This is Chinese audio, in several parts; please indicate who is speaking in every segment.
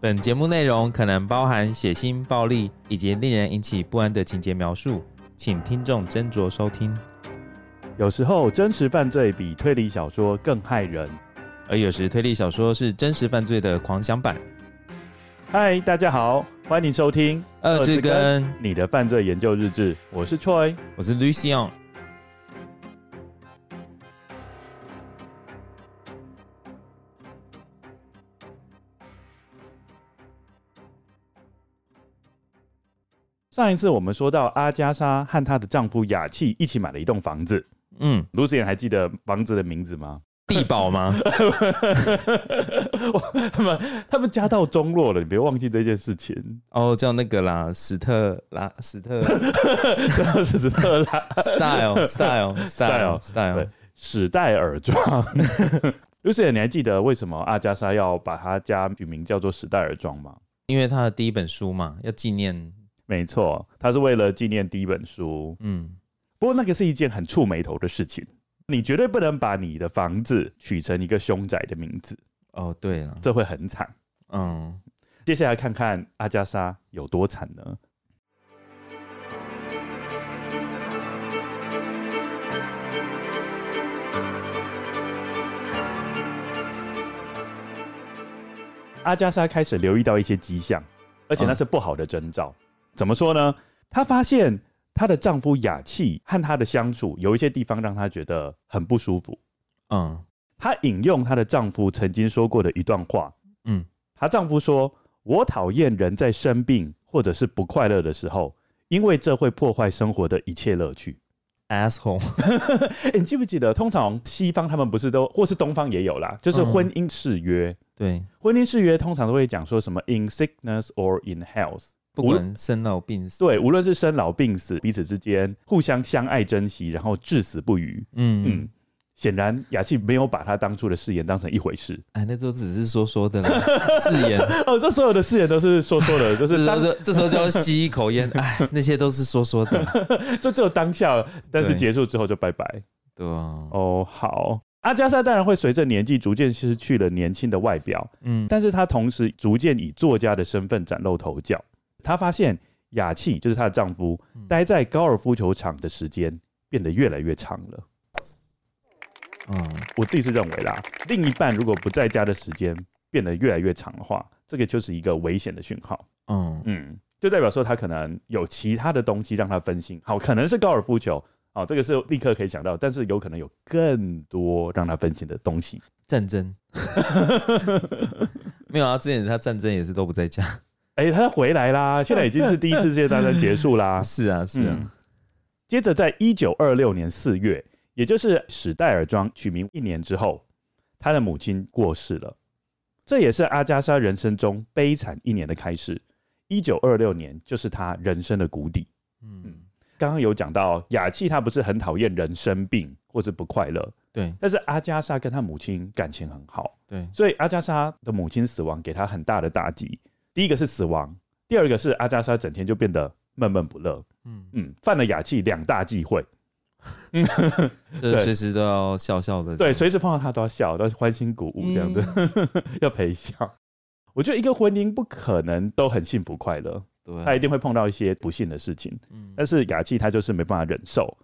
Speaker 1: 本节目内容可能包含血腥、暴力以及令人引起不安的情节描述，请听众斟酌收听。
Speaker 2: 有时候真实犯罪比推理小说更害人。
Speaker 1: 而有时推理小说是真实犯罪的狂想版。
Speaker 2: 嗨，大家好，欢迎收听《
Speaker 1: 二之根，
Speaker 2: 你的犯罪研究日志》，我是 Troy。
Speaker 1: 我是 Lucian。
Speaker 2: 上一次我们说到阿加莎和她的丈夫雅契一起买了一栋房子
Speaker 1: 嗯，
Speaker 2: ，Lucian 还记得房子的名字吗？
Speaker 1: 地堡 吗？
Speaker 2: 哇他们他们家道中落了，你别忘记这件事情。
Speaker 1: 哦，叫那个啦，史特拉史特
Speaker 2: 真的是史特拉
Speaker 1: style style style
Speaker 2: Style，
Speaker 1: style
Speaker 2: 对。史戴尔庄。Lucian，你还记得为什么阿加莎要把她家取名叫做史戴尔庄吗？
Speaker 1: 因为他的第一本书嘛，要纪念。
Speaker 2: 没错，他是为了纪念第一本书。
Speaker 1: 嗯，
Speaker 2: 不过那个是一件很触眉头的事情，你绝对不能把你的房子取成一个凶宅的名字，
Speaker 1: 哦，对了，
Speaker 2: 这会很惨。
Speaker 1: 嗯，
Speaker 2: 接下来看看阿加莎有多惨呢？阿加莎开始留意到一些迹象，而且那是不好的征兆。怎么说呢？她发现她的丈夫雅气和她的相处有一些地方让她觉得很不舒服。
Speaker 1: 嗯，
Speaker 2: 她引用她的丈夫曾经说过的一段话，
Speaker 1: 嗯，
Speaker 2: 她丈夫说：“我讨厌人在生病或者是不快乐的时候，因为这会破坏生活的一切乐趣。
Speaker 1: asshole，
Speaker 2: 诶你记不记得，通常西方他们不是都，或是东方也有啦，就是
Speaker 1: 嗯
Speaker 2: 婚姻誓约。
Speaker 1: 对，
Speaker 2: 婚姻誓约通常都会讲说什么 “in sickness or in health”，
Speaker 1: 不管生老病死，，
Speaker 2: 对，无论是生老病死，彼此之间互相相爱珍惜，然后至死不渝。
Speaker 1: 嗯，
Speaker 2: 嗯，显然雅琪没有把她当初的誓言当成一回事。
Speaker 1: 哎，那都只是说说的啦，誓言。
Speaker 2: 哦，这所有的誓言都是说说 的，就
Speaker 1: 这
Speaker 2: 是
Speaker 1: 时
Speaker 2: 当
Speaker 1: 候就这时候就要吸一口烟，哎，那些都是说说的，
Speaker 2: 就只有当下，但是
Speaker 1: 对
Speaker 2: 结束之后就拜拜。
Speaker 1: 对吧？
Speaker 2: 哦，好。阿加莎当然会随着年纪逐渐失去了年轻的外表，
Speaker 1: 嗯
Speaker 2: 但是她同时逐渐以作家的身份崭露头角。她发现雅契就是她的丈夫，待在高尔夫球场的时间变得越来越长了。
Speaker 1: 嗯，
Speaker 2: 我自己是认为啦，另一半如果不在家的时间变得越来越长的话，这个就是一个危险的讯号。
Speaker 1: 嗯，
Speaker 2: 嗯，就代表说他可能有其他的东西让他分心。好，可能是高尔夫球，哦，这个是立刻可以想到，但是有可能有更多让他分心的东西。
Speaker 1: 战争 没有啊，之前他战争也是都不在家，。
Speaker 2: 哎、他回来啦，现在已经是第一次世界大战结束啦
Speaker 1: 是啊 是
Speaker 2: 嗯
Speaker 1: 啊，
Speaker 2: 接着，在一九二六年四月，也就是史戴尔庄取名一年之后，他的母亲过世了。这也是阿加莎人生中悲惨一年的开始。一九二六年就是他人生的谷底。
Speaker 1: 嗯，
Speaker 2: 刚刚有讲到雅气，她不是很讨厌人生病或是不快乐，
Speaker 1: 对
Speaker 2: 但是阿加莎跟她母亲感情很好，
Speaker 1: 对，
Speaker 2: 所以阿加莎的母亲死亡给她很大的打击。第一个是死亡，第二个是阿加莎整天就变得闷闷不乐，
Speaker 1: 嗯，
Speaker 2: 嗯，犯了雅气两大忌讳，
Speaker 1: 就是
Speaker 2: 对
Speaker 1: 随时都要笑笑的，
Speaker 2: 对，随时碰到她都要笑，都要欢欣鼓舞这样子， 要陪笑。我觉得一个婚姻不可能都很幸福快乐，
Speaker 1: 对，啊
Speaker 2: 她一定会碰到一些不幸的事情。
Speaker 1: 嗯
Speaker 2: 但是雅琪她就是没办法忍受。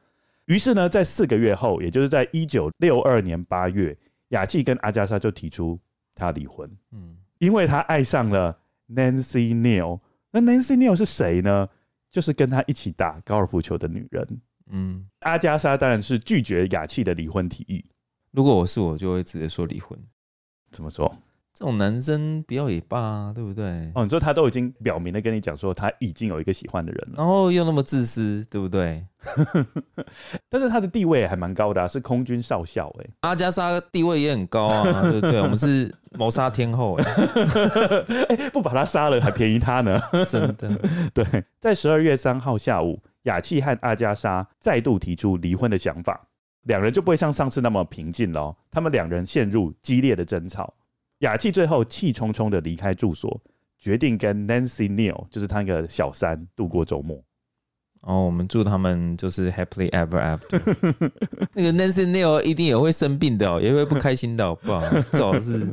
Speaker 2: 于是呢，在四个月后，也就是在一九六二年八月，雅琪跟阿加莎就提出她离婚，
Speaker 1: 嗯
Speaker 2: 因为她爱上了 Nancy Neal。那 Nancy Neal 是谁呢？就是跟她一起打高尔夫球的女人。
Speaker 1: 嗯，
Speaker 2: 阿加莎当然是拒绝雅琪的离婚提议。
Speaker 1: 如果我是我，就会直接说离婚。
Speaker 2: 怎么说？
Speaker 1: 这种男生不要也罢、啊，对不对？
Speaker 2: 哦，你说她都已经表明的跟你讲说，她已经有一个喜欢的人了，
Speaker 1: 然后又那么自私，对不对？
Speaker 2: 但是她的地位还蛮高的、啊，是空军少校哎、
Speaker 1: 阿加莎地位也很高啊， 对不对？我们是谋杀天后、哎，
Speaker 2: 不把她杀了还便宜她呢。
Speaker 1: 真的。
Speaker 2: 对，在十二月三号下午，雅契和阿加莎再度提出离婚的想法，两人就不会像上次那么平静了。哦他们两人陷入激烈的争吵，雅契最后气冲冲的离开住所，决定跟 Nancy Neal，就是他那个小三，度过周末。
Speaker 1: 然后哦我们祝他们就是 happily ever after。那个 Nancy Neal 一定也会生病的、哦，也会不开心的、哦，好不好？最好是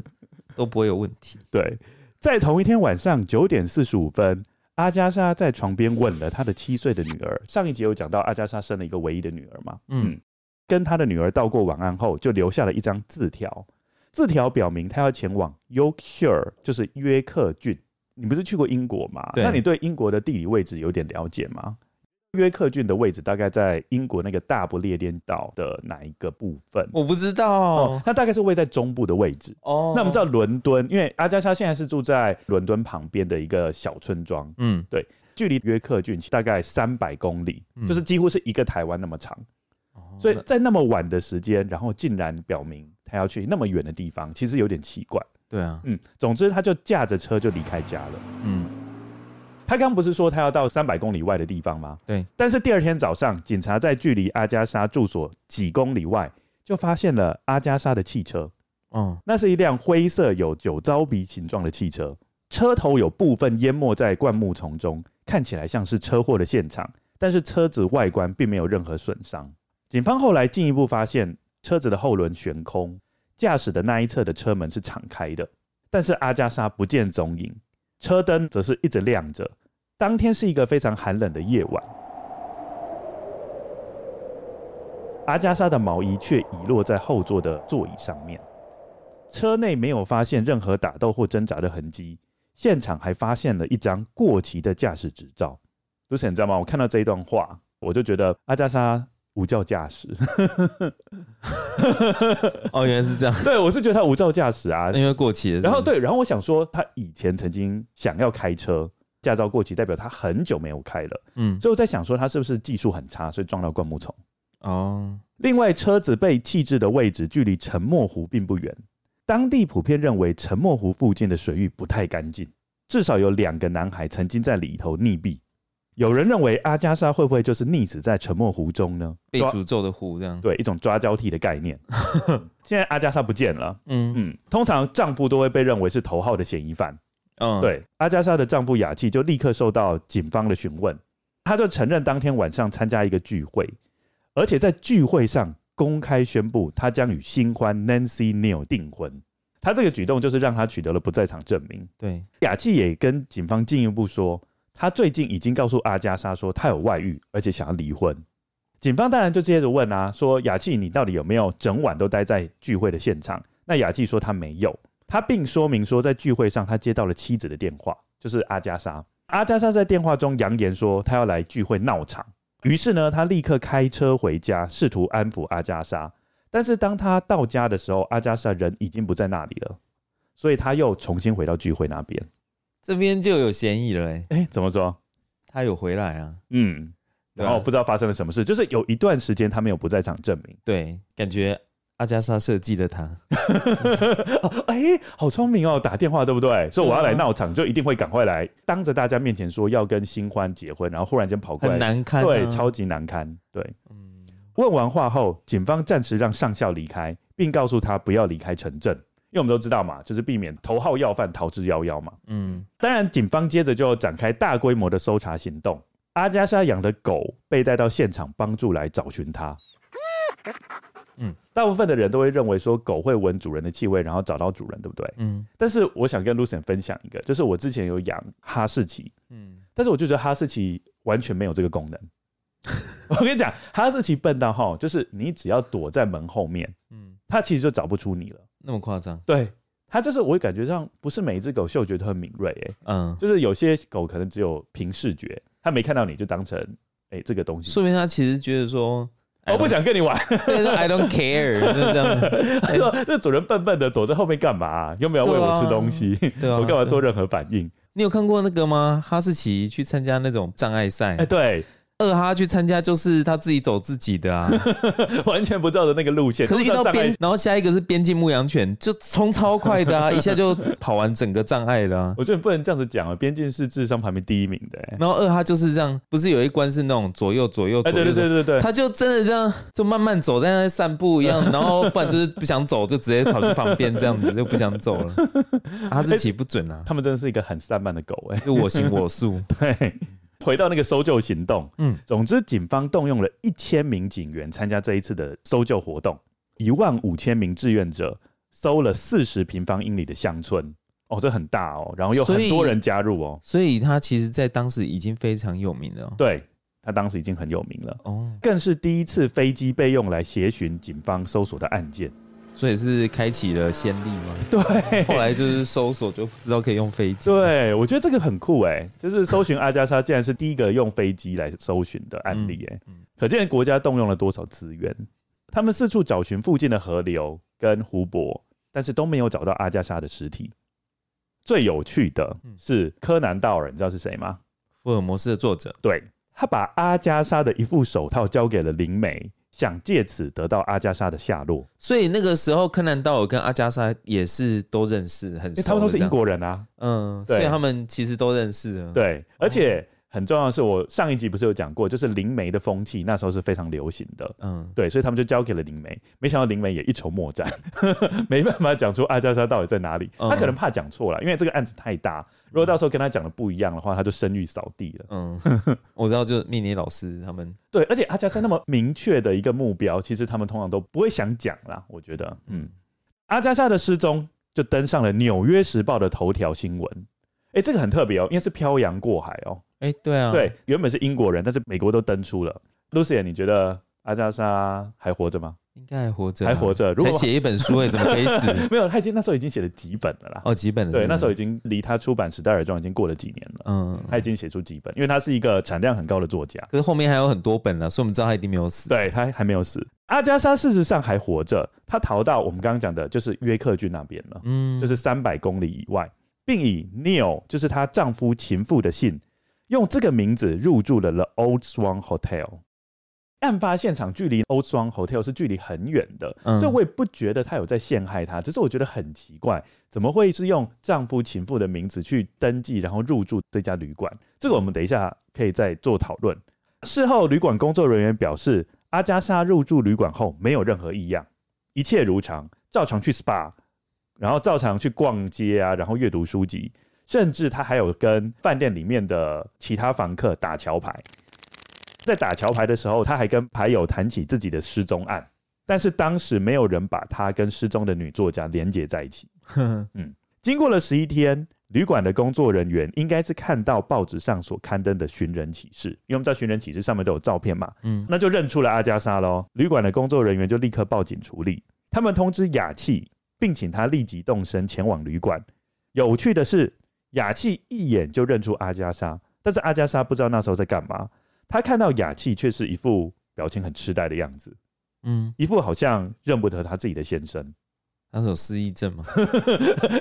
Speaker 1: 都不会有问题。
Speaker 2: 对，在同一天晚上九点四十五分，阿加莎在床边问了她的七岁的女儿。上一集有讲到阿加莎生了一个唯一的女儿嘛？
Speaker 1: 嗯，
Speaker 2: 跟她的女儿道过晚安后，就留下了一张字条。字条表明她要前往 Yorkshire，就是约克郡。你不是去过英国吗？
Speaker 1: 对
Speaker 2: 那你对英国的地理位置有点了解吗？约克郡的位置大概在英国那个大不列颠岛的哪一个部分？
Speaker 1: 我不知道
Speaker 2: 哦，它大概是位在中部的位置。
Speaker 1: 哦。
Speaker 2: 那我们知道，伦敦，因为阿加莎现在是住在伦敦旁边的一个小村庄，
Speaker 1: 嗯，
Speaker 2: 距离约克郡大概三百公里，
Speaker 1: 嗯
Speaker 2: 就是几乎是一个台湾那么长。
Speaker 1: 哦
Speaker 2: 所以在那么晚的时间，然后竟然表明他要去那么远的地方，其实有点奇怪。
Speaker 1: 对啊，
Speaker 2: 嗯，总之他就驾着车就离开家了。
Speaker 1: 嗯，
Speaker 2: 他刚不是说他要到三百公里外的地方吗？
Speaker 1: 对。
Speaker 2: 但是第二天早上，警察在距离阿加莎住所几公里外就发现了阿加莎的汽车。
Speaker 1: 哦，
Speaker 2: 那是一辆灰色有酒糟鼻形状的汽车，车头有部分淹没在灌木丛中，看起来像是车祸的现场，但是车子外观并没有任何损伤。警方后来进一步发现，车子的后轮悬空，驾驶的那一侧的车门是敞开的，但是阿加莎不见踪影，车灯则是一直亮着。当天是一个非常寒冷的夜晚，阿加莎的毛衣却遗落在后座的座椅上面。车内没有发现任何打斗或挣扎的痕迹，现场还发现了一张过期的驾驶执照。l u c 你知道吗？我看到这一段话，我就觉得阿加莎无照驾驶。
Speaker 1: 哦，原来是这样，
Speaker 2: 对，我是觉得他无照驾驶啊。
Speaker 1: 因为过期了。
Speaker 2: 然后
Speaker 1: 哎是不是，
Speaker 2: 对，然后我想说，他以前曾经想要开车，驾照过期，代表他很久没有开了。
Speaker 1: 嗯，
Speaker 2: 所以我在想说，他是不是技术很差，所以撞到灌木丛？
Speaker 1: 哦，
Speaker 2: 另外，车子被弃置的位置距离沉默湖并不远，当地普遍认为沉默湖附近的水域不太干净，至少有两个男孩曾经在里头溺毙。有人认为阿加莎会不会就是溺死在沉默湖中呢？
Speaker 1: 被
Speaker 2: 抓
Speaker 1: 诅咒的湖这样。
Speaker 2: 对一啊种抓交替的概念。现在阿加莎不见了，
Speaker 1: 嗯
Speaker 2: 嗯，通常丈夫都会被认为是头号的嫌疑犯。
Speaker 1: 嗯，，
Speaker 2: 对，阿加莎的丈夫雅契就立刻受到警方的询问，他就承认当天晚上参加一个聚会，而且在聚会上公开宣布他将与新欢 Nancy Neal 订婚。他这个举动就是让他取得了不在场证明。
Speaker 1: 对，
Speaker 2: 雅契也跟警方进一步说，他最近已经告诉阿加莎说他有外遇，而且想要离婚。警方当然就接着问啊，说雅契你到底有没有整晚都待在聚会的现场？那雅契说他没有，他并说明说在聚会上他接到了妻子的电话，就是阿加莎。阿加莎在电话中扬言说他要来聚会闹场，于是呢，他立刻开车回家，试图安抚阿加莎。但是当他到家的时候，阿加莎人已经不在那里了，所以他又重新回到聚会那边。
Speaker 1: 这边就有嫌疑了，哎，
Speaker 2: 哎，怎么说？
Speaker 1: 他有回来啊。
Speaker 2: 嗯，
Speaker 1: 对
Speaker 2: 然
Speaker 1: 啊
Speaker 2: 后不知道发生了什么事，就是有一段时间他没有不在场证明。
Speaker 1: 对，感觉阿加莎设计的他。
Speaker 2: 哎，好聪明哦，打电话对不对？说我要来
Speaker 1: 对啊
Speaker 2: 闹场，就一定会赶快来，当着大家面前说要跟新欢结婚，然后忽然间跑过
Speaker 1: 很
Speaker 2: 来，
Speaker 1: 难看、啊，
Speaker 2: 对，超级难堪。对，
Speaker 1: 嗯，
Speaker 2: 问完话后，警方暂时让上校离开，并告诉他不要离开城镇，因为我们都知道嘛，就是避免头号要犯逃之夭夭嘛。
Speaker 1: 嗯
Speaker 2: 当然，警方接着就展开大规模的搜查行动。阿加莎养的狗被带到现场，帮助来找寻它。
Speaker 1: 嗯
Speaker 2: 嗯，大部分的人都会认为说狗会闻主人的气味，然后找到主人，对不对？
Speaker 1: 嗯
Speaker 2: 但是我想跟 Lucian 分享一个，就是我之前有养哈士奇，
Speaker 1: 嗯，
Speaker 2: 但是我就觉得哈士奇完全没有这个 功能。我跟你讲，哈士奇笨到哈，就是你只要躲在门后面，
Speaker 1: 嗯，
Speaker 2: 它其实就找不出你了。
Speaker 1: 那么夸张？
Speaker 2: 对，它就是我感觉上不是每一只狗嗅觉都很敏锐、欸，
Speaker 1: 嗯，
Speaker 2: 就是有些狗可能只有凭视觉，它没看到你就当成哎、这个东西，哎
Speaker 1: 说明他其实觉得说，
Speaker 2: 我、哦不，想跟 你玩。
Speaker 1: 对，说 I don't care，就是这 样，
Speaker 2: 他说哎这主人笨笨的躲在后面干嘛、又没有喂我吃东西，
Speaker 1: 对啊，
Speaker 2: 我干嘛做
Speaker 1: 对？
Speaker 2: 任何反应？
Speaker 1: 你有看过那个吗？哈士奇去参加那种障碍赛
Speaker 2: 哎、，对，
Speaker 1: 二哈去参加就是他自己走自己的啊，
Speaker 2: 完全不照着那个路线。
Speaker 1: 可是遇到
Speaker 2: 都不知道障
Speaker 1: 边
Speaker 2: 碍，
Speaker 1: 然后下一个是边境牧羊犬，就冲超快的 啊，一下就跑完整个障碍了啊。
Speaker 2: 我觉得你不能这样子讲啊，边境是智商排名第一名的、哎
Speaker 1: 然后二哈就是这样，不是有一关是那种左右左右左
Speaker 2: 哎、对
Speaker 1: 右
Speaker 2: 对
Speaker 1: 的
Speaker 2: 对对对，
Speaker 1: 他就真的这样，就慢慢走，在那散步一 样，然后不然就是不想走，就直接跑去旁边这样子，就不想走 了。哈士奇不准啊，
Speaker 2: 他们真的是一个很散漫的狗、哎。
Speaker 1: 就我行我 素。
Speaker 2: 对，回到那个搜救行动，
Speaker 1: 嗯
Speaker 2: 嗯，总之警方动用了一千名警员参加这一次的搜救活动，一万五千名志愿者搜了四十平方英里的乡村。哦，这很大哦，然后有
Speaker 1: 所以
Speaker 2: 很多人加入哦，
Speaker 1: 所以他其实在当时已经非常有名了哦。
Speaker 2: 对他当时已经很有名了，
Speaker 1: 哦，
Speaker 2: 更是第一次飞机被用来协寻警方搜索的案件。
Speaker 1: 所以是开启了先例嘛。
Speaker 2: 对，
Speaker 1: 后来就是搜索就知道可以用飞机。
Speaker 2: 对，我觉得这个很酷哎、就是搜寻阿加莎竟然是第一个用飞机来搜寻的案例哎、
Speaker 1: 嗯嗯
Speaker 2: 可见国家动用了多少资源。他们四处找寻附近的河流跟湖泊，但是都没有找到阿加莎的尸体。最有趣的
Speaker 1: 嗯
Speaker 2: 是柯南道尔，你知道是谁吗？
Speaker 1: 福尔摩斯的作者
Speaker 2: 对他把阿加莎的一副手套交给了灵媒，想借此得到阿加莎的下落，
Speaker 1: 所以那个时候，柯南道尔跟阿加莎也是都认识，很
Speaker 2: 因
Speaker 1: 熟。
Speaker 2: 欸为他们都是英，国人啊。
Speaker 1: 嗯，
Speaker 2: 对
Speaker 1: 所以他们其实都认识了。，
Speaker 2: 对，而且很重要的是，我上一集不是有讲过，就是灵媒的风气那时候是非常流行的。
Speaker 1: 嗯，
Speaker 2: 对，所以他们就交给了灵媒，没想到灵媒也一筹莫展， 没办法讲出阿加莎到底在哪里。
Speaker 1: 嗯
Speaker 2: 他可能怕讲错了，因为这个案子太大，如果到时候跟他讲的不一样的话，他就声誉扫地了。
Speaker 1: 嗯， 我知道，就是命理老师他们，
Speaker 2: 对，而且阿加莎那么明确的一个目标，其实他们通常都不会想讲啦。我觉得，嗯，阿加莎的失踪就登上了《纽约时报》的头条新闻。哎、这个很特别哦，因为是漂洋过海哦。
Speaker 1: 哎、对啊，，
Speaker 2: 对，原本是英国人，但是美国都登出了。Lucy，你觉得阿加莎还活着吗？
Speaker 1: 应该还活着啊，
Speaker 2: 还活着。如
Speaker 1: 才
Speaker 2: 果
Speaker 1: 写一本书哎、怎么可以死？
Speaker 2: 没有，他已经那时候已经写了几本了啦。
Speaker 1: 哦，几本了
Speaker 2: 对，那时候已
Speaker 1: 已经，
Speaker 2: 经离他出版《时代而庄》已经过了几年了，
Speaker 1: 嗯，
Speaker 2: 他已经写出几本，因为他是一个产量很高的作家。
Speaker 1: 可是后面还有很多本了，所以我们知道他一定没有死。
Speaker 2: 对他还没有死，阿加莎事实上还活着，他逃到我们刚刚讲的就是约克郡那边了，
Speaker 1: 嗯，
Speaker 2: 就是三百公里以外，并以 Neil 就是她丈夫情妇的姓，用这个名字入住了 The Old Swan Hotel。案发现场距离 Old Swan Hotel 是距离很远的，
Speaker 1: 嗯
Speaker 2: 所以我也不觉得他有在陷害她，只是我觉得很奇怪，怎么会是用丈夫情妇的名字去登记，然后入住这家旅馆？这个我们等一下可以再做讨论。事后，旅馆工作人员表示，阿加莎入住旅馆后没有任何异样，一切如常，照常去 SPA，然后照常去逛街啊，然后阅读书籍，甚至他还有跟饭店里面的其他房客打桥牌。在打桥牌的时候，他还跟牌友谈起自己的失踪案，但是当时没有人把他跟失踪的女作家连接在一起。嗯经过了十一天，旅馆的工作人员应该是看到报纸上所刊登的寻人启事，因为我们知道寻人启事上面都有照片嘛，
Speaker 1: 嗯
Speaker 2: 那就认出了阿加莎喽。旅馆的工作人员就立刻报警处理，他们通知雅气，并请他立即动身前往旅馆。有趣的是，雅气一眼就认出阿加莎，但是阿加莎不知道那时候在干嘛。他看到雅气却是一副表情很痴呆的样子，
Speaker 1: 嗯，
Speaker 2: 一副好像认不得他自己的先生。
Speaker 1: 他是有失忆症嘛？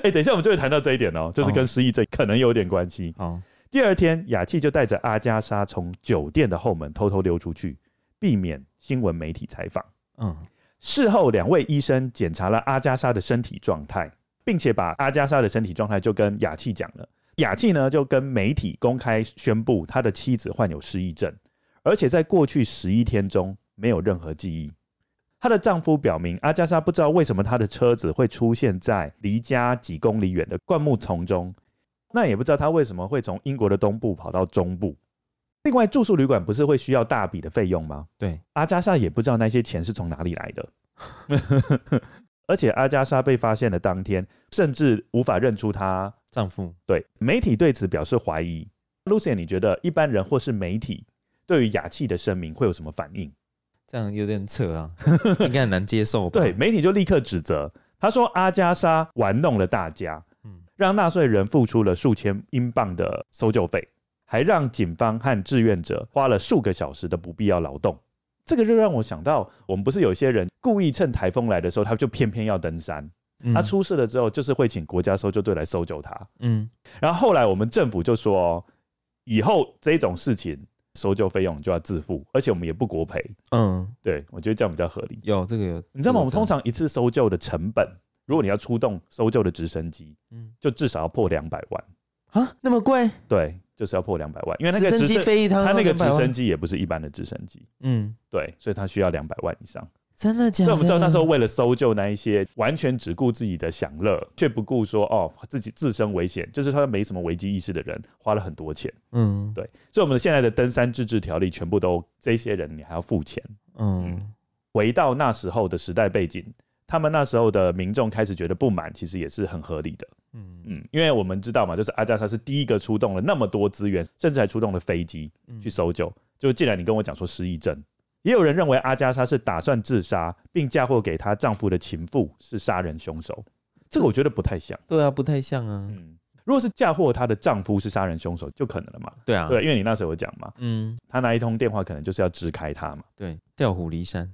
Speaker 2: 哎、等一下我们就会谈到这一点哦，就是跟失忆症可能有点关系。
Speaker 1: 好，
Speaker 2: 第二天，雅气就带着阿加莎从酒店的后门偷偷溜出去，避免新闻媒体采访。
Speaker 1: 嗯，
Speaker 2: 事后，两位医生检查了阿加莎的身体状态，并且把阿加莎的身体状态就跟雅气讲了。雅气呢就跟媒体公开宣布他的妻子患有失忆症，而且在过去十一天中没有任何记忆。她的丈夫表明，阿加莎不知道为什么她的车子会出现在离家几公里远的灌木丛中，那也不知道她为什么会从英国的东部跑到中部。另外，住宿旅馆不是会需要大笔的费用吗？
Speaker 1: 对，
Speaker 2: 阿加莎也不知道那些钱是从哪里来的。 而且阿加莎被发现的当天，甚至无法认出她。
Speaker 1: 丈夫，
Speaker 2: 对媒体对此表示怀疑。Lucian，你觉得一般人或是媒体对于雅气的声明会有什么反应？
Speaker 1: 这样有点扯 啊，应该很难接受吧？
Speaker 2: 对，媒体就立刻指责他说阿加莎玩弄了大家，
Speaker 1: 嗯
Speaker 2: 让纳税人付出了数千英镑的搜救费，还让警方和志愿者花了数个小时的不必要劳动。这个就让我想到，我们不是有些人故意趁台风来的时候，他就偏偏要登山。
Speaker 1: 嗯
Speaker 2: 他出事了之后，就是会请国家搜救队来搜救他。
Speaker 1: 嗯，
Speaker 2: 然后后来我们政府就说、哦，以后这种事情搜救费用就要自付，而且我们也不国赔。
Speaker 1: 嗯，
Speaker 2: 对我觉得这样比较合理。
Speaker 1: 有这个有，
Speaker 2: 你知道吗？
Speaker 1: 这
Speaker 2: 我们
Speaker 1: 个
Speaker 2: 通常一次搜救的成本，如果你要出动搜救的直升机，
Speaker 1: 嗯
Speaker 2: 就至少要破两百万。
Speaker 1: 啊那么贵，
Speaker 2: 对，就是要破两百万，因为那
Speaker 1: 直
Speaker 2: 个
Speaker 1: 升
Speaker 2: 直
Speaker 1: 机
Speaker 2: 升
Speaker 1: 飞一趟
Speaker 2: 它
Speaker 1: 要
Speaker 2: 那个
Speaker 1: 200
Speaker 2: 直
Speaker 1: 万
Speaker 2: 升，机也不是一般的直升机，
Speaker 1: 嗯，
Speaker 2: 对，所以它需要两百万以上。
Speaker 1: 真的假
Speaker 2: 所以
Speaker 1: 的？
Speaker 2: 我们知道那时候为了搜救那一些完全只顾自己的享乐，却不顾说哦自己自身危险，就是他没什么危机意识的人，花了很多钱。
Speaker 1: 嗯，
Speaker 2: 对，所以我们现在的登山自治条例全部都这些人你还要付钱。
Speaker 1: 嗯
Speaker 2: 回到那时候的时代背景，他们那时候的民众开始觉得不满，其实也是很合理的。
Speaker 1: 嗯
Speaker 2: 嗯，因为我们知道嘛，就是阿加莎是第一个出动了那么多资源，甚至还出动了飞机去搜救。就既然你跟我讲说失忆症，也有人认为阿加莎是打算自杀，并嫁祸给她丈夫的情妇是杀人凶手。这个我觉得不太像。
Speaker 1: 对啊，不太像啊。
Speaker 2: 嗯，如果是嫁祸她的丈夫是杀人凶手，就可能了嘛。
Speaker 1: 对啊，
Speaker 2: 对，因为你那时候有讲嘛，
Speaker 1: 嗯，
Speaker 2: 她那一通电话可能就是要支开他嘛。
Speaker 1: 对，调虎离山。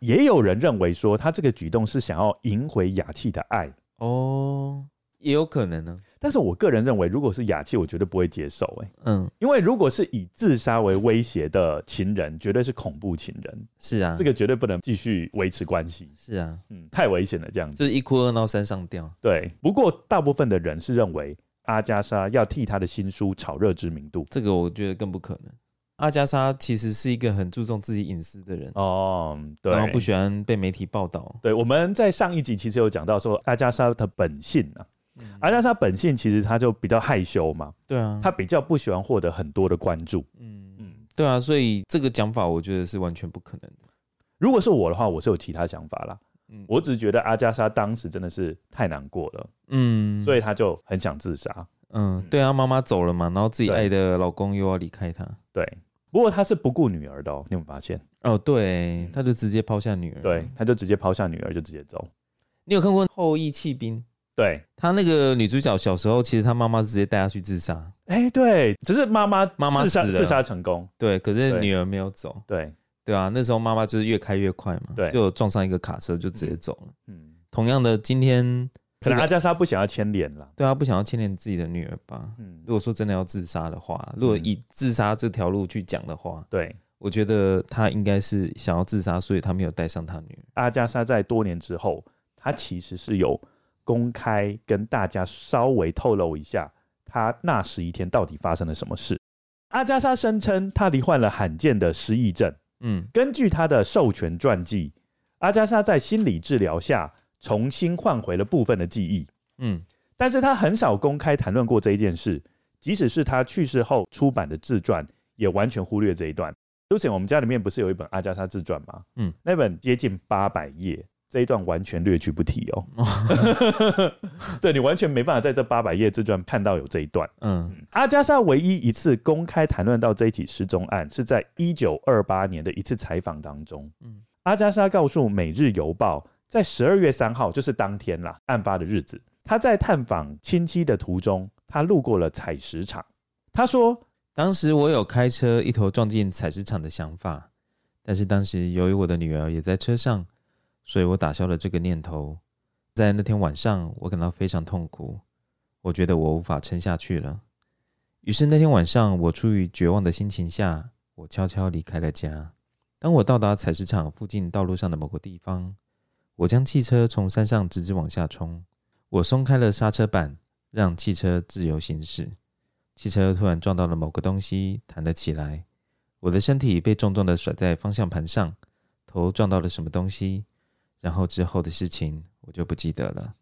Speaker 2: 也有人认为说，她这个举动是想要赢回雅气的爱。
Speaker 1: 哦，也有可能呢。
Speaker 2: 但是我个人认为，如果是雅气，我绝对不会接受、欸。
Speaker 1: 嗯，
Speaker 2: 因为如果是以自杀为威胁的情人，绝对是恐怖情人，
Speaker 1: 是啊，
Speaker 2: 这个绝对不能继续维持关系，
Speaker 1: 是啊，
Speaker 2: 嗯，太危险了这样子。
Speaker 1: 就是一哭二闹三上吊。
Speaker 2: 对，不过大部分的人是认为阿加莎要替他的新书炒热知名度。
Speaker 1: 这个我觉得更不可能。阿加莎其实是一个很注重自己隐私的人，
Speaker 2: 哦，对，
Speaker 1: 然后不喜欢被媒体报道。
Speaker 2: 对，我们在上一集其实有讲到说阿加莎的本性啊，
Speaker 1: 嗯
Speaker 2: 阿加莎本性其实她就比较害羞嘛，
Speaker 1: 对啊，
Speaker 2: 她比较不喜欢获得很多的关注。
Speaker 1: 嗯，
Speaker 2: 嗯，
Speaker 1: 对啊，所以这个讲法我觉得是完全不可能的。
Speaker 2: 如果是我的话，我是有其他想法啦。
Speaker 1: 嗯
Speaker 2: 我只是觉得阿加莎当时真的是太难过了，
Speaker 1: 嗯，
Speaker 2: 所
Speaker 1: 以
Speaker 2: 以她就很想自杀。
Speaker 1: 嗯，对啊，妈妈走了嘛，然后自己
Speaker 2: 对
Speaker 1: 爱的老公又要离开她。
Speaker 2: 对，不过她是不顾女儿的哦，你有没有发现？
Speaker 1: 哦，对，她就直接抛下女儿。
Speaker 2: 对，，她就直接抛下女儿就直接走。
Speaker 1: 你有看过《后羿弃兵》？
Speaker 2: 对，
Speaker 1: 她那个女主角小时候，其实她妈妈直接带她去自杀。
Speaker 2: 哎、对，只是妈妈
Speaker 1: 妈妈
Speaker 2: 自杀
Speaker 1: 死了
Speaker 2: 自杀成功。
Speaker 1: 对，可是
Speaker 2: 对
Speaker 1: 女儿没有走。
Speaker 2: 对，
Speaker 1: 对啊，那时候妈妈就是越开越快嘛，
Speaker 2: 对
Speaker 1: 就有撞上一个卡车就直接走了。
Speaker 2: 嗯，
Speaker 1: 同样的，今天
Speaker 2: 可
Speaker 1: 这
Speaker 2: 能
Speaker 1: 个
Speaker 2: 阿加莎不想要牵连啦。
Speaker 1: 对啊，不想要牵连自己的女儿吧？
Speaker 2: 嗯
Speaker 1: 如，果说真的要自杀的话，如果以自杀这条路去讲的话，
Speaker 2: 对，
Speaker 1: 我觉得他应该是想要自杀，所以他没有带上他女儿。
Speaker 2: 阿加莎在多年之后，她其实是有公开跟大家稍微透露一下，她那十一天到底发生了什么事。阿加莎声称她罹患了罕见的失忆症。
Speaker 1: 嗯，
Speaker 2: 根据她的授权传记，阿加莎在心理治疗下重新换回了部分的记忆，
Speaker 1: 嗯，
Speaker 2: 但是她很少公开谈论过这一件事，即使是她去世后出版的自传，也完全忽略这一段。之前我们家里面不是有一本阿加莎自传吗？
Speaker 1: 嗯，
Speaker 2: 那本接近八百页，这一段完全略去不提哦。 对你完全没办法在这八百页自传看到有这一段。
Speaker 1: 嗯，
Speaker 2: 阿加莎唯一一次公开谈论到这一起失踪案，是在一九二八年的一次采访当中。
Speaker 1: 嗯
Speaker 2: 阿加莎告诉《每日邮报》，在十二月三号，就是当天啦，案发的日子，她在探访亲戚的途中，她路过了采石场。她说
Speaker 1: 当时我有开车一头撞进采石场的想法，但是当时由于我的女儿也在车上，所以我打消了这个念头。在那天晚上，我感到非常痛苦，我觉得我无法撑下去了。于是那天晚上，我出于绝望的心情下，我悄悄离开了家。当我到达采石场附近道路上的某个地方，我将汽车从山上直直往下冲，我松开了刹车板，让汽车自由行驶。汽车突然撞到了某个东西，弹了起来。我的身体被重重的甩在方向盘上，头撞到了什么东西。然后之后的事情我就不记得了。：“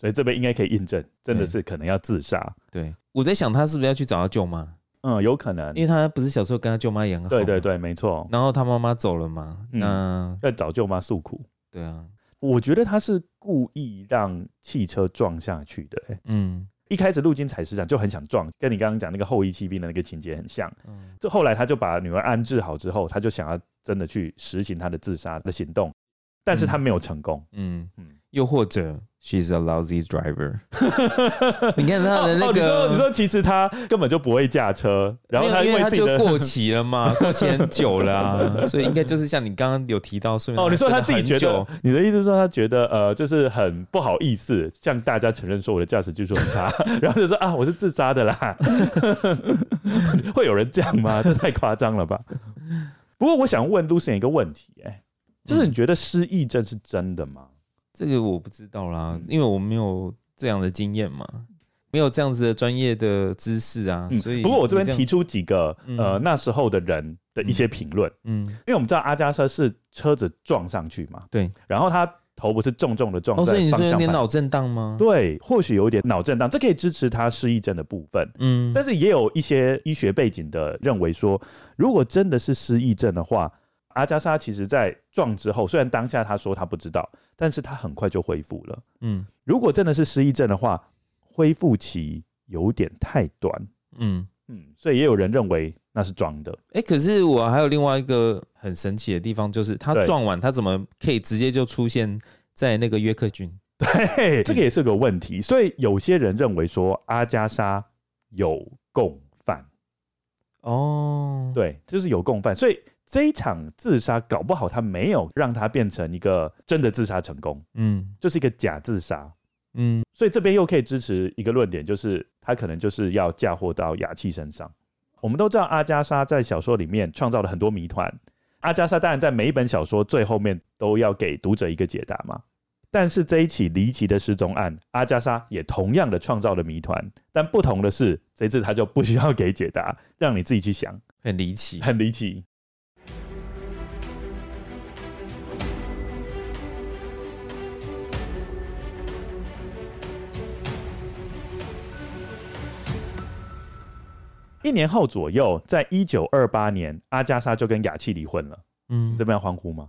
Speaker 2: 所以这边应该可以印证，真的是可能要自杀。
Speaker 1: 对，我在想他是不是要去找他舅妈，
Speaker 2: 嗯，有可能
Speaker 1: 因。为他不是小时候跟他舅妈也很好。
Speaker 2: 对对。对，没错，
Speaker 1: 然后他妈妈走了嘛？
Speaker 2: 嗯
Speaker 1: 那
Speaker 2: 要找舅妈诉苦。
Speaker 1: 对啊，
Speaker 2: 我觉得她是故意让汽车撞下去的、欸
Speaker 1: 嗯
Speaker 2: 一开始路经采石场就很想撞，跟你刚刚讲那个后羿弃兵的那个情节很像。
Speaker 1: 嗯
Speaker 2: 这后来他就把女儿安置好之后，他就想要真的去实行他的自杀的行动，但是他没有成功。
Speaker 1: 嗯
Speaker 2: 嗯
Speaker 1: 又或者 she's a lousy driver。你看他的嗯那
Speaker 2: 哦哦你说，你
Speaker 1: 个，
Speaker 2: 说其实他根本就不会驾车，然后
Speaker 1: 没有
Speaker 2: 他
Speaker 1: 因为他
Speaker 2: 自己
Speaker 1: 就
Speaker 2: 的
Speaker 1: 过期了 嘛，过期很久了啊，所以应该就是像你刚刚有提到，说明
Speaker 2: 哦，你说
Speaker 1: 真
Speaker 2: 他
Speaker 1: 的
Speaker 2: 自己
Speaker 1: 很
Speaker 2: 觉
Speaker 1: 久
Speaker 2: 得，你的意思是说他觉得呃，就是很不好意思向大家承认说我的驾驶技术很差， 然后就说啊，我是自杀的啦， 会有人这样吗？这太夸张了吧？不过我想问 Lucian 一个问题、哎，就是你觉得失忆症是真的吗？
Speaker 1: 这个我不知道啦
Speaker 2: 嗯，
Speaker 1: 因为我没有这样的经验嘛，没有这样子的专业的知识啊，
Speaker 2: 嗯
Speaker 1: 所以
Speaker 2: 不过我这
Speaker 1: 你
Speaker 2: 边
Speaker 1: 样
Speaker 2: 提，出几个
Speaker 1: 嗯
Speaker 2: 呃那时候的人的一些评论，
Speaker 1: 嗯，
Speaker 2: 因为我们知道阿加莎是车子撞上去嘛，
Speaker 1: 对，
Speaker 2: 然后他头不是重重的撞
Speaker 1: 哦，
Speaker 2: 在
Speaker 1: 所以你
Speaker 2: 方
Speaker 1: 说有
Speaker 2: 向
Speaker 1: 点
Speaker 2: 盘，
Speaker 1: 脑震荡吗？，
Speaker 2: 对，或许有一点脑震荡，这可以支持他失忆症的部分。
Speaker 1: 嗯，
Speaker 2: 但
Speaker 1: 是
Speaker 2: 是也有一些医学背景的认为说，如果真的是失忆症的话，阿加莎其实在撞之后，虽然当下他说他不知道，但是他很快就恢复了。
Speaker 1: 嗯，
Speaker 2: 如果真的是失忆症的话，恢复期有点太短，
Speaker 1: 嗯，
Speaker 2: 嗯，所以也有人认为那是装的。
Speaker 1: 哎、可是我还有另外一个很神奇的地方，就是他
Speaker 2: 对
Speaker 1: 撞完，他怎么可以直接就出现在那个约克郡？
Speaker 2: 对，这个也是个问题。所以有些人认为说阿加莎有共犯，
Speaker 1: 哦，，
Speaker 2: 对，就是有共犯。所以这一场自杀搞不好他没有让他变成一个真的自杀成功，
Speaker 1: 嗯
Speaker 2: 就是一个假自杀。
Speaker 1: 嗯，
Speaker 2: 所以这边又可以支持一个论点，就是他可能就是要嫁祸到雅气身上。我们都知道阿加莎在小说里面创造了很多谜团，阿加莎当然在每一本小说最后面都要给读者一个解答嘛。但是这一起离奇的失踪案，阿加莎也同样的创造了谜团，但不同的是，这次他就不需要给解答，让你自己去想，
Speaker 1: 很离奇。
Speaker 2: 很离奇。一年后左右，在一九二八年，阿加莎就跟雅契离婚了。
Speaker 1: 嗯
Speaker 2: 你这，边要欢呼吗？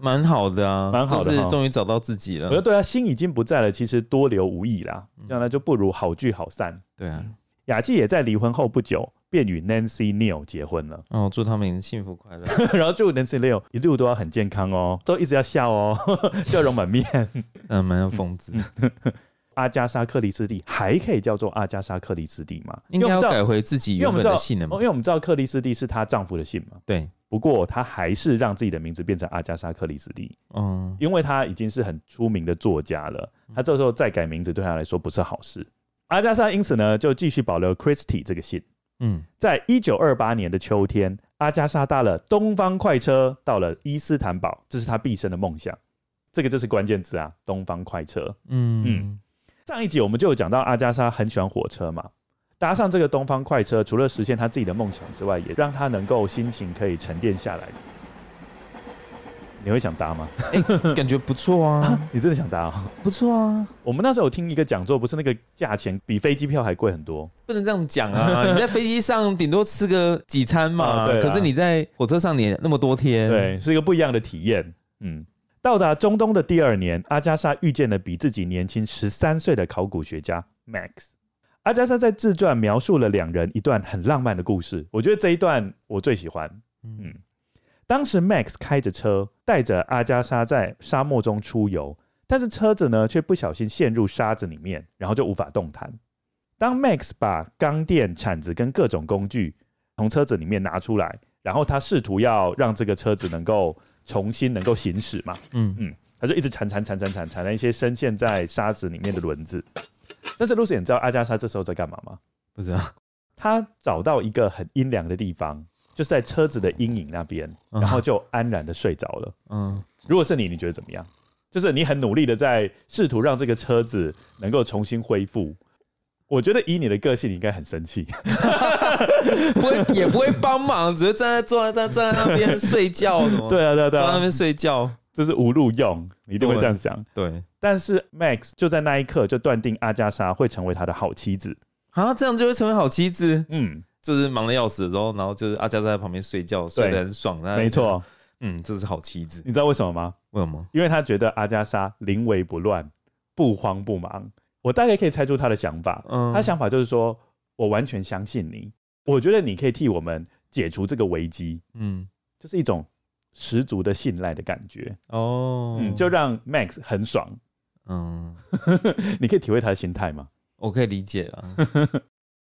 Speaker 1: 蛮好的啊，
Speaker 2: 蛮好的
Speaker 1: 就是
Speaker 2: 哈
Speaker 1: 终于找到自己
Speaker 2: 我说
Speaker 1: 了。
Speaker 2: 对啊，心已经不在了，其实多留无益啦
Speaker 1: 嗯，
Speaker 2: 这样呢就不如好聚好散。
Speaker 1: 对啊，
Speaker 2: 雅契也在离婚后不久便与 Nancy Neal 结婚了，
Speaker 1: 哦，祝他们幸福快乐。
Speaker 2: 然后祝 Nancy Neal 一路都要很健康哦，都一直要笑哦， 笑容满面。
Speaker 1: 嗯，蛮有疯子，
Speaker 2: 阿加莎·克里斯蒂还可以叫做阿加莎·克里斯蒂吗？
Speaker 1: 应
Speaker 2: 因
Speaker 1: 该要
Speaker 2: 为我们知
Speaker 1: 改
Speaker 2: 道
Speaker 1: 回自己
Speaker 2: 因为
Speaker 1: 原
Speaker 2: 我们
Speaker 1: 本
Speaker 2: 知道
Speaker 1: 的姓了
Speaker 2: 哦
Speaker 1: 嘛
Speaker 2: 因。为我们知道克里斯蒂是她丈夫的姓嘛，
Speaker 1: 对，
Speaker 2: 不过她还是让自己的名字变成阿加莎·克里斯蒂，
Speaker 1: 嗯
Speaker 2: 因为她已经是很出名的作家了，她这时候再改名字对她来说不是好事。阿加莎因此呢就继续保留 Christie 这个姓。
Speaker 1: 嗯，
Speaker 2: 在一九二八年的秋天，阿加莎搭了东方快车到了伊斯坦堡，这是她毕生的梦想。这个就是关键字啊，东方快车。
Speaker 1: 嗯
Speaker 2: 嗯上一集我们就有讲到阿加莎很喜欢火车嘛，搭上这个东方快车，除了实现她自己的梦想之外，也让她能够心情可以沉淀下来。你会想搭吗？
Speaker 1: 嗯，感觉不错啊，
Speaker 2: 你真的想搭啊、
Speaker 1: 不错啊，
Speaker 2: 我们那时候有听一个讲座，不是那个价钱比飞机票还贵很多，
Speaker 1: 不能这样讲 啊！你在飞机上顶多吃个几餐嘛，
Speaker 2: 啊对啊
Speaker 1: 可是你在火车上你那么多天，，
Speaker 2: 对，是一个不一样的体验。嗯，到达中东的第二年，阿加莎遇见了比自己年轻十三岁的考古学家 Max。阿加莎在自传描述了两人一段很浪漫的故事，我觉得这一段我最喜欢。
Speaker 1: 嗯
Speaker 2: 嗯，当时 Max 开着车，带着阿加莎在沙漠中出游，但是车子呢却不小心陷入沙子里面，然后就无法动弹。当 Max 把钢电、铲子跟各种工具从车子里面拿出来，然后他试图要让这个车子能够重新能够行驶嘛，
Speaker 1: 嗯
Speaker 2: 他就一直缠缠缠缠缠缠了一些深陷在沙子里面的轮子。但是 Lucy，你知道阿加莎这时候在干嘛吗？
Speaker 1: 不啊知道，
Speaker 2: 她找到一个很阴凉的地方，就是在车子的阴影那边，
Speaker 1: 嗯
Speaker 2: 然后就安然的睡着了。
Speaker 1: 嗯
Speaker 2: 如果是你，你觉得怎么样？就是你很努力的在试图让这个车子能够重新恢复。我觉得以你的个性，你应该很生气。
Speaker 1: 不会也不会帮忙，只是站在坐在站在那边睡觉什么，，
Speaker 2: 对啊，对啊，对
Speaker 1: 坐在那
Speaker 2: 啊，
Speaker 1: 边睡觉，
Speaker 2: 就是无路用，你一定会这样想。
Speaker 1: 对，
Speaker 2: 但是 Max 就在那一刻就断定阿加莎会成为他的好妻子。
Speaker 1: 啊，这样就会成为好妻子，
Speaker 2: 嗯，
Speaker 1: 就是忙的要死的时候，然后就是阿佳在旁边睡觉，睡得很爽，那
Speaker 2: 没，错。
Speaker 1: 嗯，这是好妻子，
Speaker 2: 你知道为什么吗？
Speaker 1: 为什么？
Speaker 2: 因为他觉得阿加莎临危不乱，不慌不忙。我大概可以猜出他的想法。
Speaker 1: 嗯
Speaker 2: 他想法就是说，我完全相信你，我觉得你可以替我们解除这个危机。
Speaker 1: 嗯，
Speaker 2: 就是一种十足的信赖的感觉，
Speaker 1: 哦，
Speaker 2: 嗯，就让 Max 很爽。
Speaker 1: 嗯，
Speaker 2: 你可以体会他的心态吗？
Speaker 1: 我可以理解 了，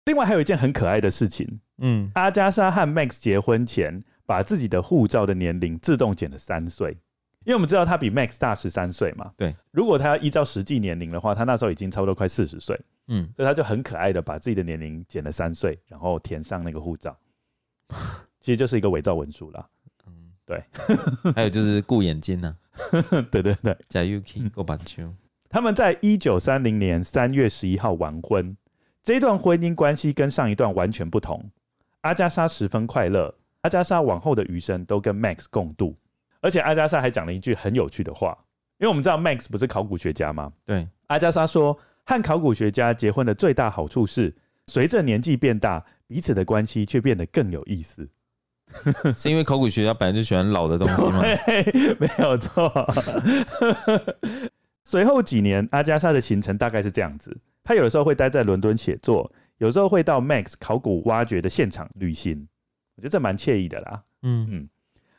Speaker 2: 另外还有一件很可爱的事情，
Speaker 1: 嗯，
Speaker 2: 阿加莎和 Max 结婚前，把自己的护照的年龄自动减了三岁，因为我们知道他比 Max 大十三岁嘛。
Speaker 1: 对，
Speaker 2: 如果他要依照实际年龄的话，他那时候已经差不多快四十岁，
Speaker 1: 嗯，
Speaker 2: 所以他就很可爱的把自己的年龄减了三岁，然后填上那个护照，其实就是一个伪造文书啦。
Speaker 1: 嗯
Speaker 2: 对，
Speaker 1: 还有就是顾眼睛呢、
Speaker 2: 对对对，
Speaker 1: 贾
Speaker 2: 嗯
Speaker 1: Yuki 够板 球，
Speaker 2: 他们在一九三零年三月十一号完婚，这一段婚姻关系跟上一段完全不同。阿加莎十分快乐，阿加莎往后的余生都跟 Max 共度，而且阿加莎还讲了一句很有趣的话，因为我们知道 Max 不是考古学家吗？
Speaker 1: 对，
Speaker 2: 阿加莎说，和考古学家结婚的最大好处是，随着年纪变大，彼此的关系却变得更有意思。
Speaker 1: 是因为考古学家本来就喜欢老的东西 嘛，
Speaker 2: 对，没有 错。随后几年，阿加莎的行程大概是这样子：他有的时候会待在伦敦写作，有时候会到 Max 考古挖掘的现场旅行，我觉得这蛮惬意的啦。
Speaker 1: 嗯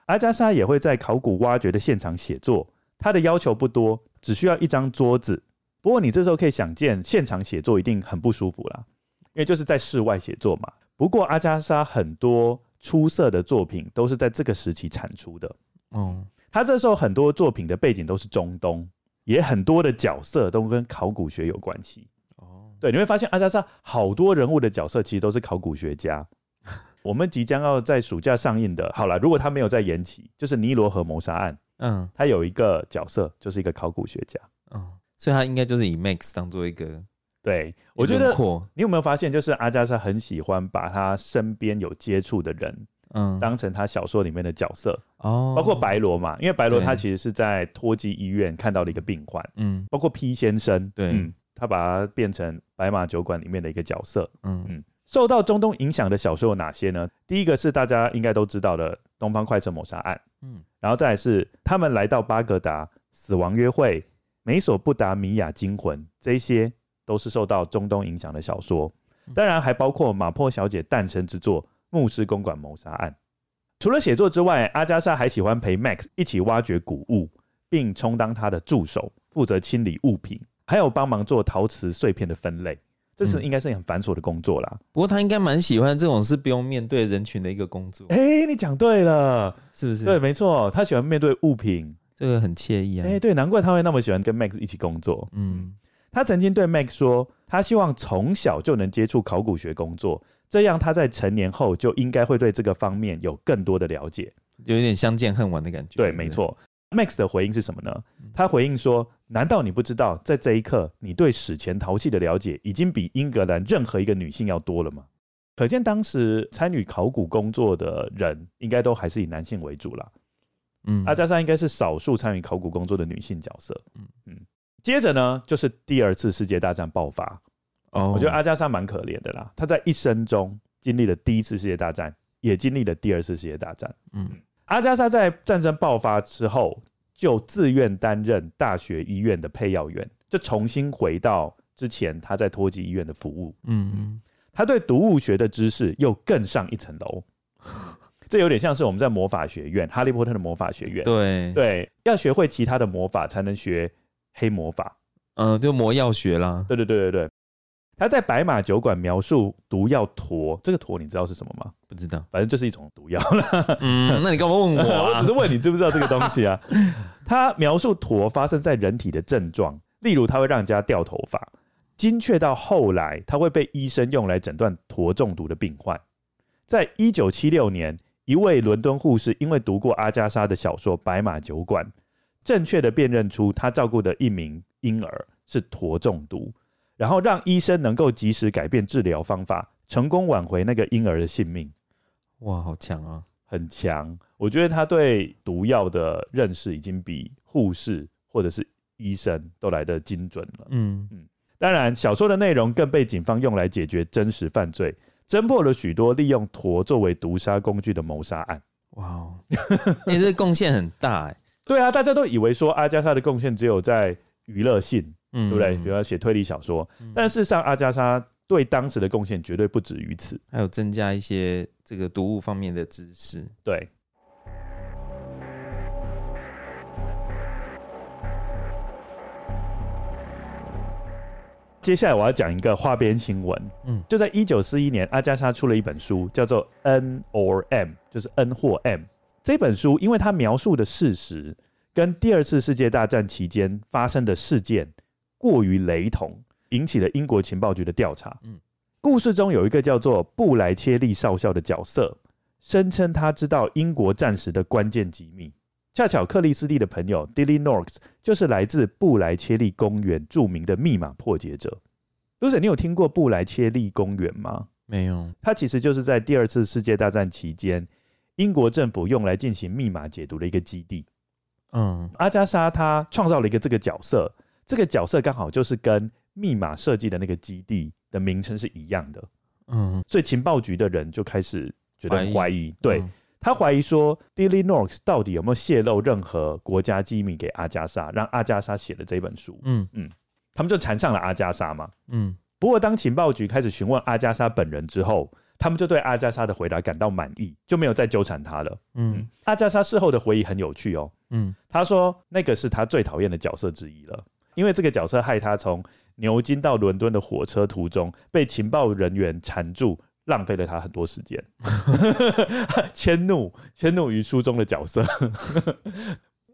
Speaker 2: 阿加莎也会在考古挖掘的现场写作，她的要求不多，只需要一张桌子。不过你这时候可以想见，现场写作一定很不舒服啦，因为就是在室外写作嘛。不过阿加莎很多出色的作品都是在这个时期产出的，
Speaker 1: 哦，
Speaker 2: 她这时候很多作品的背景都是中东，也很多的角色都跟考古学有关系。
Speaker 1: 哦，
Speaker 2: 对，你会发现啊阿加莎好多人物的角色其实都是考古学家。 我们即将要在暑假上映的，好了，如果他没有在延期，就是《尼罗河谋杀案》，
Speaker 1: 嗯
Speaker 2: 他有一个角色就是一个考古学家。
Speaker 1: 嗯，所以他应该就是以 Max 当做一个
Speaker 2: 对，我觉得
Speaker 1: 轮廓
Speaker 2: 你有没有发现，就是阿加莎很喜欢把他身边有接触的人
Speaker 1: 嗯
Speaker 2: 当成他小说里面的角色，
Speaker 1: 哦，
Speaker 2: 包括白罗嘛，因为白罗
Speaker 1: 对
Speaker 2: 他其实是在托基医院看到了一个病患，
Speaker 1: 嗯
Speaker 2: 包括 P 先生，
Speaker 1: 对
Speaker 2: 嗯他把他变成白马酒馆里面的一个角色。
Speaker 1: 嗯
Speaker 2: 受到中东影响的小说有哪些呢？第一个是大家应该都知道的《东方快车谋杀案》，
Speaker 1: 嗯
Speaker 2: 然后再来是他们来到巴格达、《死亡约会》、《美索不达米亚惊魂》，这些都是受到中东影响的小说
Speaker 1: 嗯。
Speaker 2: 当然还包括马坡小姐诞生之作《牧师公馆谋杀案》。除了写作之外，阿加莎还喜欢陪 Max 一起挖掘古物，并充当他的助手，负责清理物品，还有帮忙做陶瓷碎片的分类。这是
Speaker 1: 嗯
Speaker 2: 应该是很繁琐的工作啦。
Speaker 1: 不过他应该蛮喜欢这种是不用面对人群的一个工 作，
Speaker 2: 哎、你讲对了，
Speaker 1: 是不是？
Speaker 2: 对，，没错，他喜欢面对物品。
Speaker 1: 这个很惬意啊。
Speaker 2: 哎、对，难怪他会那么喜欢跟 Max 一起工作。
Speaker 1: 嗯
Speaker 2: 他曾经对 Max 说，他希望从小就能接触考古学工作，这样他在成年后就应该会对这个方面有更多的了解。
Speaker 1: 有一点相见恨晚的感觉。
Speaker 2: 对，
Speaker 1: 不
Speaker 2: 没。错。Max 的回应是什么呢？他回应说：“难道你不知道，在这一刻，你对史前陶器的了解已经比英格兰任何一个女性要多了吗？”可见当时参与考古工作的人，应该都还是以男性为主啦。
Speaker 1: 嗯，
Speaker 2: 阿加莎应该是少数参与考古工作的女性角色。
Speaker 1: 嗯
Speaker 2: 嗯嗯。接着呢，就是第二次世界大战爆发。
Speaker 1: 哦，
Speaker 2: 我觉得啊阿加莎蛮可怜的啦，她在一生中经历了第一次世界大战，也经历了第二次世界大战。
Speaker 1: 嗯
Speaker 2: 阿加莎在战争爆发之后，就自愿担任大学医院的配药员，就重新回到之前她在托基医院的服务。
Speaker 1: 嗯嗯
Speaker 2: 他对毒物学的知识又更上一 层楼。这有点像是我们在魔法学院，《哈利波特》的魔法学院。
Speaker 1: 对，
Speaker 2: 对，要学会其他的魔法才能学黑魔法。
Speaker 1: 嗯，就魔药学啦。
Speaker 2: 对对对对对。他在白马酒馆描述毒药陀，这个陀你知道是什么吗？
Speaker 1: 不知 道。
Speaker 2: 反正就是一种毒药了。
Speaker 1: 嗯，那你干嘛问我
Speaker 2: 我
Speaker 1: 啊
Speaker 2: 只是？问你知不知道这个东西啊？他描述陀发生在人体的症状，例如它会让人家掉头发，精确到后来它会被医生用来诊断陀中毒的病患。在一九七六年，一位伦敦护士因为读过阿加莎的小说《白马酒馆》，正确的辨认出她照顾的一名婴儿是陀中毒，然后让医生能够及时改变治疗方法，成功挽回那个婴儿的性命。
Speaker 1: 哇，好强啊！
Speaker 2: 很强。我觉得他对毒药的认识已经比护士或者是医生都来得精准了。
Speaker 1: 嗯
Speaker 2: 当然，小说的内容更被警方用来解决真实犯罪，侦破了许多利用陀作为毒杀工具的谋杀案。
Speaker 1: 哇哦， 你这贡献很大哎。
Speaker 2: 对啊，大家都以为说阿加莎的贡献只有在娱乐性，
Speaker 1: 嗯，
Speaker 2: 对不对？比如说写推理小说，
Speaker 1: 嗯
Speaker 2: 但事实上阿加莎对当时的贡献绝对不止于此。
Speaker 1: 还有增加一些这个读物方面的知识。
Speaker 2: 对。接下来我要讲一个花边新闻。
Speaker 1: 嗯
Speaker 2: 嗯，就在一九四一年，阿加莎出了一本书，叫做《N or M》，就是 N 或 M。这本书，因为它描述的事实跟第二次世界大战期间发生的事件过于雷同，引起了英国情报局的调查。
Speaker 1: 嗯
Speaker 2: 嗯，故事中有一个叫做布莱切利少校的角色，声称他知道英国战时的关键机密。恰巧克里斯蒂的朋友 Dilly Norks 就是来自布莱切利公园著名的密码破解者。Lucy，你有听过布莱切利公园吗？
Speaker 1: 没有，
Speaker 2: 它其实就是在第二次世界大战期间，英国政府用来进行密码解读的一个基地。
Speaker 1: 嗯
Speaker 2: 阿加莎她创造了一个这个角色，这个角色刚好就是跟密码设计的那个基地的名称是一样的，
Speaker 1: 嗯，
Speaker 2: 所以情报局的人就开始觉得
Speaker 1: 怀疑
Speaker 2: 怀疑，对，
Speaker 1: 嗯，
Speaker 2: 他怀疑说 Dilly Norks 到底有没有泄露任何国家机密给阿加莎，让阿加莎写了这本书。
Speaker 1: 嗯
Speaker 2: 他们就缠上了阿加莎嘛。
Speaker 1: 嗯
Speaker 2: 不过，当情报局开始询问阿加莎本人之后，他们就对阿加莎的回答感到满意，就没有再纠缠她了。
Speaker 1: 嗯
Speaker 2: 阿加莎事后的回忆很有趣哦，
Speaker 1: 嗯
Speaker 2: 她说那个是她最讨厌的角色之一了，因为这个角色害她从牛津到伦敦的火车途中被情报人员缠住，浪费了她很多时间。 迁怒，迁怒于书中的角色。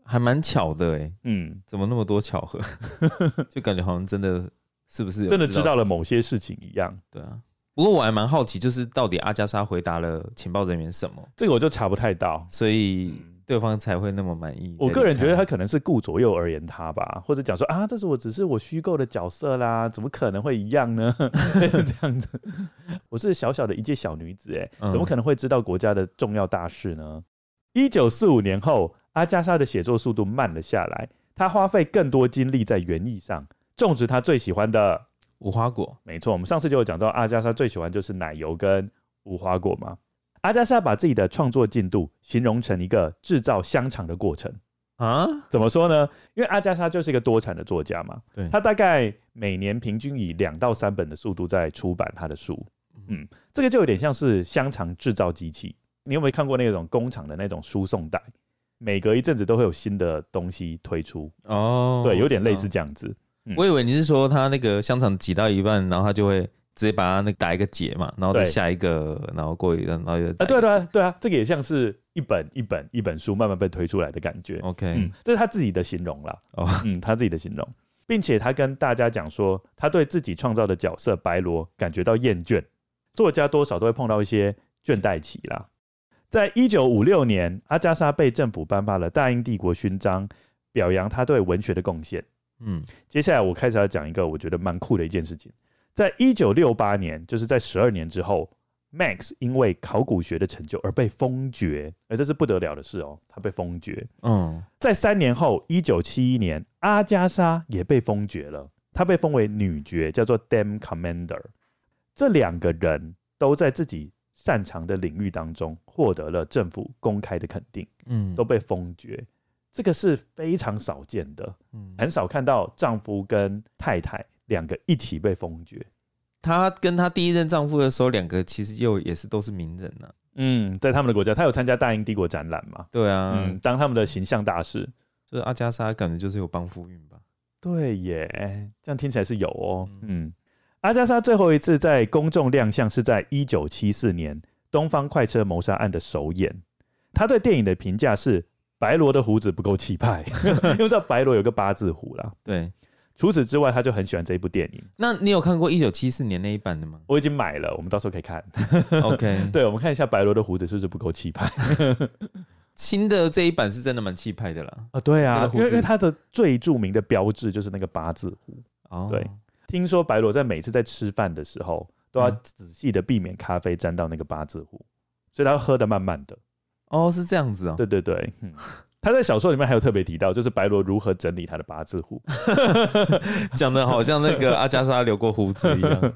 Speaker 1: 还蛮巧的哎，
Speaker 2: 嗯，
Speaker 1: 怎么那么多巧合？ 就感觉好像真的是不是有
Speaker 2: 真的知道了某些事情一样，
Speaker 1: 对啊。不过我还蛮好奇，就是到底阿加莎回答了情报人员什么，
Speaker 2: 这个我就查不太到。
Speaker 1: 所以
Speaker 2: 嗯
Speaker 1: 对方才会那么满意。
Speaker 2: 我个人觉得他可能是顾左右而言他吧，或者讲说啊，这是我只是我虚构的角色啦，怎么可能会一样呢？这样子，我是小小的一介小女子、欸，
Speaker 1: 嗯
Speaker 2: 怎么可能会知道国家的重要大事呢？一九四五年后，阿加莎的写作速度慢了下来，她花费更多精力在园艺上，种植她最喜欢的。
Speaker 1: 无花果，
Speaker 2: 没错，我们上次就有讲到，阿加莎最喜欢就是奶油跟无花果嘛。阿加莎把自己的创作进度形容成一个制造香肠的过程。
Speaker 1: 啊，
Speaker 2: 怎么说呢？因为阿加莎就是一个多产的作家嘛，
Speaker 1: 对
Speaker 2: 他大概每年平均以两到三本的速度在出版他的书，嗯，这个就有点像是香肠制造机器。你有没有看过那种工厂的那种输送带？每隔一阵子都会有新的东西推出，
Speaker 1: 哦，
Speaker 2: 对，有点
Speaker 1: 我知道
Speaker 2: 类似。这样子。嗯
Speaker 1: 我以为你是说他那个香肠挤到一半，然后他就会直接把它那个打一个结嘛，然后再
Speaker 2: 对
Speaker 1: 下一个，然后过一个，然后又
Speaker 2: 啊，
Speaker 1: 打一个
Speaker 2: 对啊对
Speaker 1: 结
Speaker 2: 啊对啊，这个也像是一本一本一本书慢慢被推出来的感觉。
Speaker 1: ，OK，
Speaker 2: 嗯，这是他自己的形容啦。
Speaker 1: 哦
Speaker 2: 嗯，他自己的形容，并且他跟大家讲说，他对自己创造的角色白罗感觉到厌倦。作家多少都会碰到一些倦怠期啦。在一九五六年，阿加莎被政府颁发了大英帝国勋章，表扬他对文学的贡献。
Speaker 1: 嗯
Speaker 2: 接下来我开始要讲一个我觉得蛮酷的一件事情。在一九六八年，就是在十二年之后，Max 因为考古学的成就而被封爵，而这是不得了的事哦，他被封爵。
Speaker 1: 嗯，
Speaker 2: 在三年后，一九七一年，阿加莎也被封爵了，她被封为女爵，叫做 Dame Commander。这两个人都在自己擅长的领域当中获得了政府公开的肯定，
Speaker 1: 嗯
Speaker 2: 都被封爵，这个是非常少见的，
Speaker 1: 嗯
Speaker 2: 很少看到丈夫跟太太两个一起被封爵。
Speaker 1: 她跟她第一任丈夫的时候，两个其实又也是都是名人啊呐、
Speaker 2: 嗯，在他们的国家，她有参加大英帝国展览嘛？
Speaker 1: 对啊，
Speaker 2: 嗯，当他们的形象大使。
Speaker 1: 就是阿加莎感觉就是有帮夫运吧，
Speaker 2: 对耶，这样听起来是有哦。
Speaker 1: 嗯
Speaker 2: 嗯，阿加莎最后一次在公众亮相是在一九七四年《东方快车谋杀案》的首演。他对电影的评价是：白罗的胡子不够气 派，因为知道白罗有个八字胡啦。
Speaker 1: 对。
Speaker 2: 除此之外，他就很喜欢这一部电影。
Speaker 1: 那你有看过一九七四年那一版 的吗
Speaker 2: 我已经买了，我们到时候可以看。
Speaker 1: ？OK，
Speaker 2: 对，我们看一下白罗的胡子是不是不够气派
Speaker 1: 新的这一版是真的蛮气派的啦。
Speaker 2: 啊？对
Speaker 1: 那个
Speaker 2: 啊，
Speaker 1: 胡
Speaker 2: 因为因为
Speaker 1: 子
Speaker 2: 他的最著名的标志就是那个八字胡。
Speaker 1: 哦，
Speaker 2: 对听说白罗在每次在吃饭的时候，都要
Speaker 1: 嗯
Speaker 2: 仔细的避免咖啡沾到那个八字胡，所以他喝的慢慢的。
Speaker 1: 哦，是这样子哦。
Speaker 2: 对对对，嗯。他在小说里面还有特别提到，就是白罗如何整理他的八 字胡。
Speaker 1: 讲的好像那个阿加莎留过胡子一 样。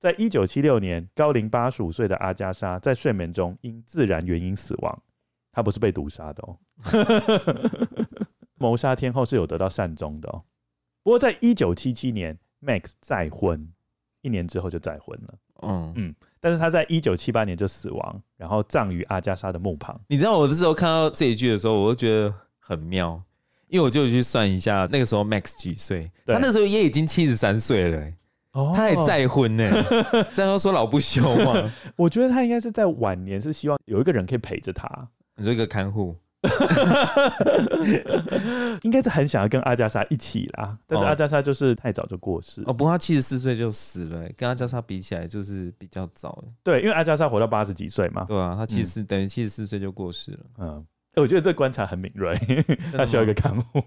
Speaker 2: 在一九七六年，高龄八十五岁的阿加莎在睡眠中因自然原因死亡，她不是被毒杀的 哦。谋杀天后是有得到善终的哦。不过，在一九七七年，Max 再婚，一年之后就再婚了。
Speaker 1: 嗯，
Speaker 2: 但是他在一九七八年就死亡，然后葬于阿加莎的墓旁。
Speaker 1: 你知道我这时候看到这一句的时候，我就觉得很妙，因为我就去算一下那个时候 Max 几岁，
Speaker 2: 对
Speaker 1: 他那时候也已经七十三岁了、欸
Speaker 2: 哦
Speaker 1: 他也，再婚呢、 欸，这样要说老不啊休嘛。
Speaker 2: 我觉得他应该是在晚年是希望有一个人可以陪着他，
Speaker 1: 你说一个看护，
Speaker 2: 应该是很想要跟阿加莎一起啦。但是
Speaker 1: 哦
Speaker 2: 阿加莎就是太早就过世，
Speaker 1: 哦，不过他七十四岁就死了、欸跟阿加莎比起来就是比较早、欸
Speaker 2: 对，因为阿加莎活到八十几岁嘛。
Speaker 1: 对啊，他七十四等于七十四岁就过世了，
Speaker 2: 嗯，哎我觉得这观察很敏锐，
Speaker 1: 真
Speaker 2: 他
Speaker 1: 的
Speaker 2: 需要一
Speaker 1: 吗
Speaker 2: 个看护。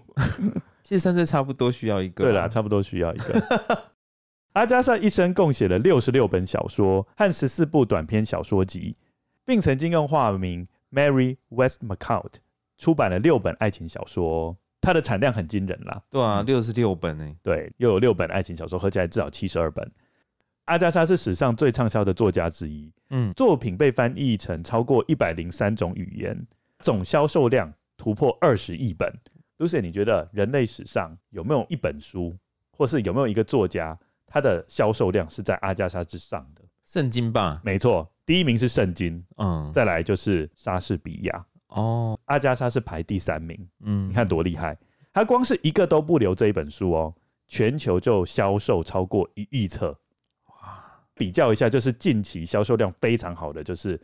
Speaker 1: 七十三岁差不多需要一个吧。啊
Speaker 2: 对啦，差不多需要一个。 阿加莎一生共写了六十六本小说和十四部短篇小说集，并曾经用化名 Mary West McCout 出版了六本爱情小说哦，它的产量很惊人啦。
Speaker 1: 对啊，六十六本呢、欸
Speaker 2: 对，又有六本爱情小说，合起来至少七十二本。阿加莎是史上最畅销的作家之一，
Speaker 1: 嗯，
Speaker 2: 作品被翻译成超过一百零三种语言，总销售量突破二十亿本。Lucy，你觉得人类史上有没有一本书，或是有没有一个作家，他的销售量是在阿加莎之上的？
Speaker 1: 圣经吧，
Speaker 2: 没错，第一名是圣经，
Speaker 1: 嗯，
Speaker 2: 再来就是莎士比亚，
Speaker 1: 哦，
Speaker 2: 阿加莎是排第三名。
Speaker 1: 嗯，
Speaker 2: 你看多厉害！他光是一个都不留这一本书哦，全球就销售超过一亿册。比较一下，就是近期销售量非常好的，就是《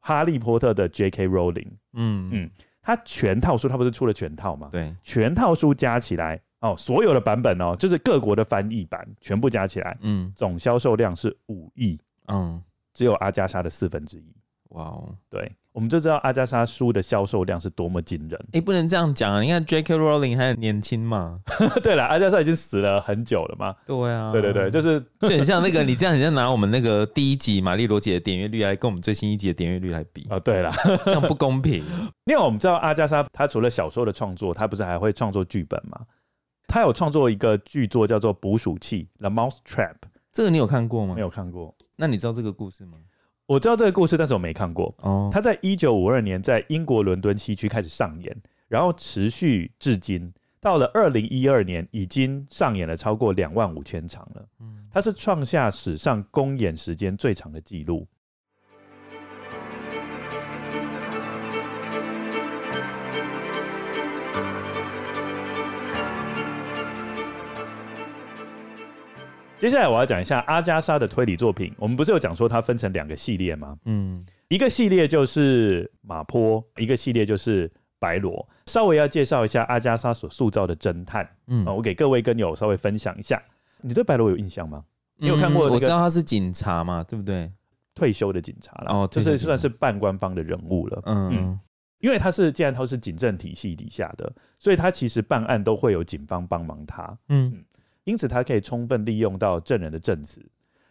Speaker 2: 哈利波特》的 J.K. Rowling，
Speaker 1: 嗯
Speaker 2: 嗯他全套书，他不是出了全套吗？
Speaker 1: 对，
Speaker 2: 全套书加起来哦，所有的版本哦，就是各国的翻译版全部加起来，
Speaker 1: 嗯
Speaker 2: 总销售量是五亿，
Speaker 1: 嗯，
Speaker 2: 只有阿加莎的四分之一。
Speaker 1: 哇哦，
Speaker 2: 对，我们就知道阿加莎书的销售量是多么惊人。
Speaker 1: 哎，不能这样讲啊！你看 J.K. Rowling 还很年轻嘛，
Speaker 2: 对了，阿加莎已经死了很久了嘛。
Speaker 1: 对啊，
Speaker 2: 对对对，就是
Speaker 1: 就很像那个，你这样很像拿我们那个第一集玛丽罗姐的点阅率来跟我们最新一集的点阅率来比，
Speaker 2: 啊、对了，
Speaker 1: 这样不公平。
Speaker 2: 另外我们知道阿加莎，她除了小说的创作，她不是还会创作剧本吗？她有创作一个剧作叫做《捕鼠器》（The Mouse Trap），
Speaker 1: 这个你有看过吗？
Speaker 2: 没。有看过。
Speaker 1: 那你知道这个故事吗？
Speaker 2: 我知道这个故事，但是我没看过。
Speaker 1: 哦，
Speaker 2: 她在一九五二年在英国伦敦西区开始上演，然后持续至今，到了二零一二年已经上演了超过两万五千场了。
Speaker 1: 嗯
Speaker 2: 它是创下史上公演时间最长的记录。接下来我要讲一下阿加莎的推理作品。我们不是有讲说它分成两个系列吗？
Speaker 1: 嗯
Speaker 2: 一个系列就是马坡，一个系列就是白罗。稍微要介绍一下阿加莎所塑造的侦探啊、
Speaker 1: 嗯，
Speaker 2: 我给各位跟友稍微分享一下。你对白罗有印象吗？你有看过那
Speaker 1: 嗯
Speaker 2: 个
Speaker 1: 我知道他是警察嘛，对不对？
Speaker 2: 退休的警察了，
Speaker 1: 哦
Speaker 2: 就
Speaker 1: 退休警
Speaker 2: 是
Speaker 1: 察
Speaker 2: 算是半官方的人物了。
Speaker 1: 嗯
Speaker 2: 因为他是既然他是警政体系底下的，所以他其实办案都会有警方帮忙他，
Speaker 1: 嗯
Speaker 2: 因此他可以充分利用到证人的证词，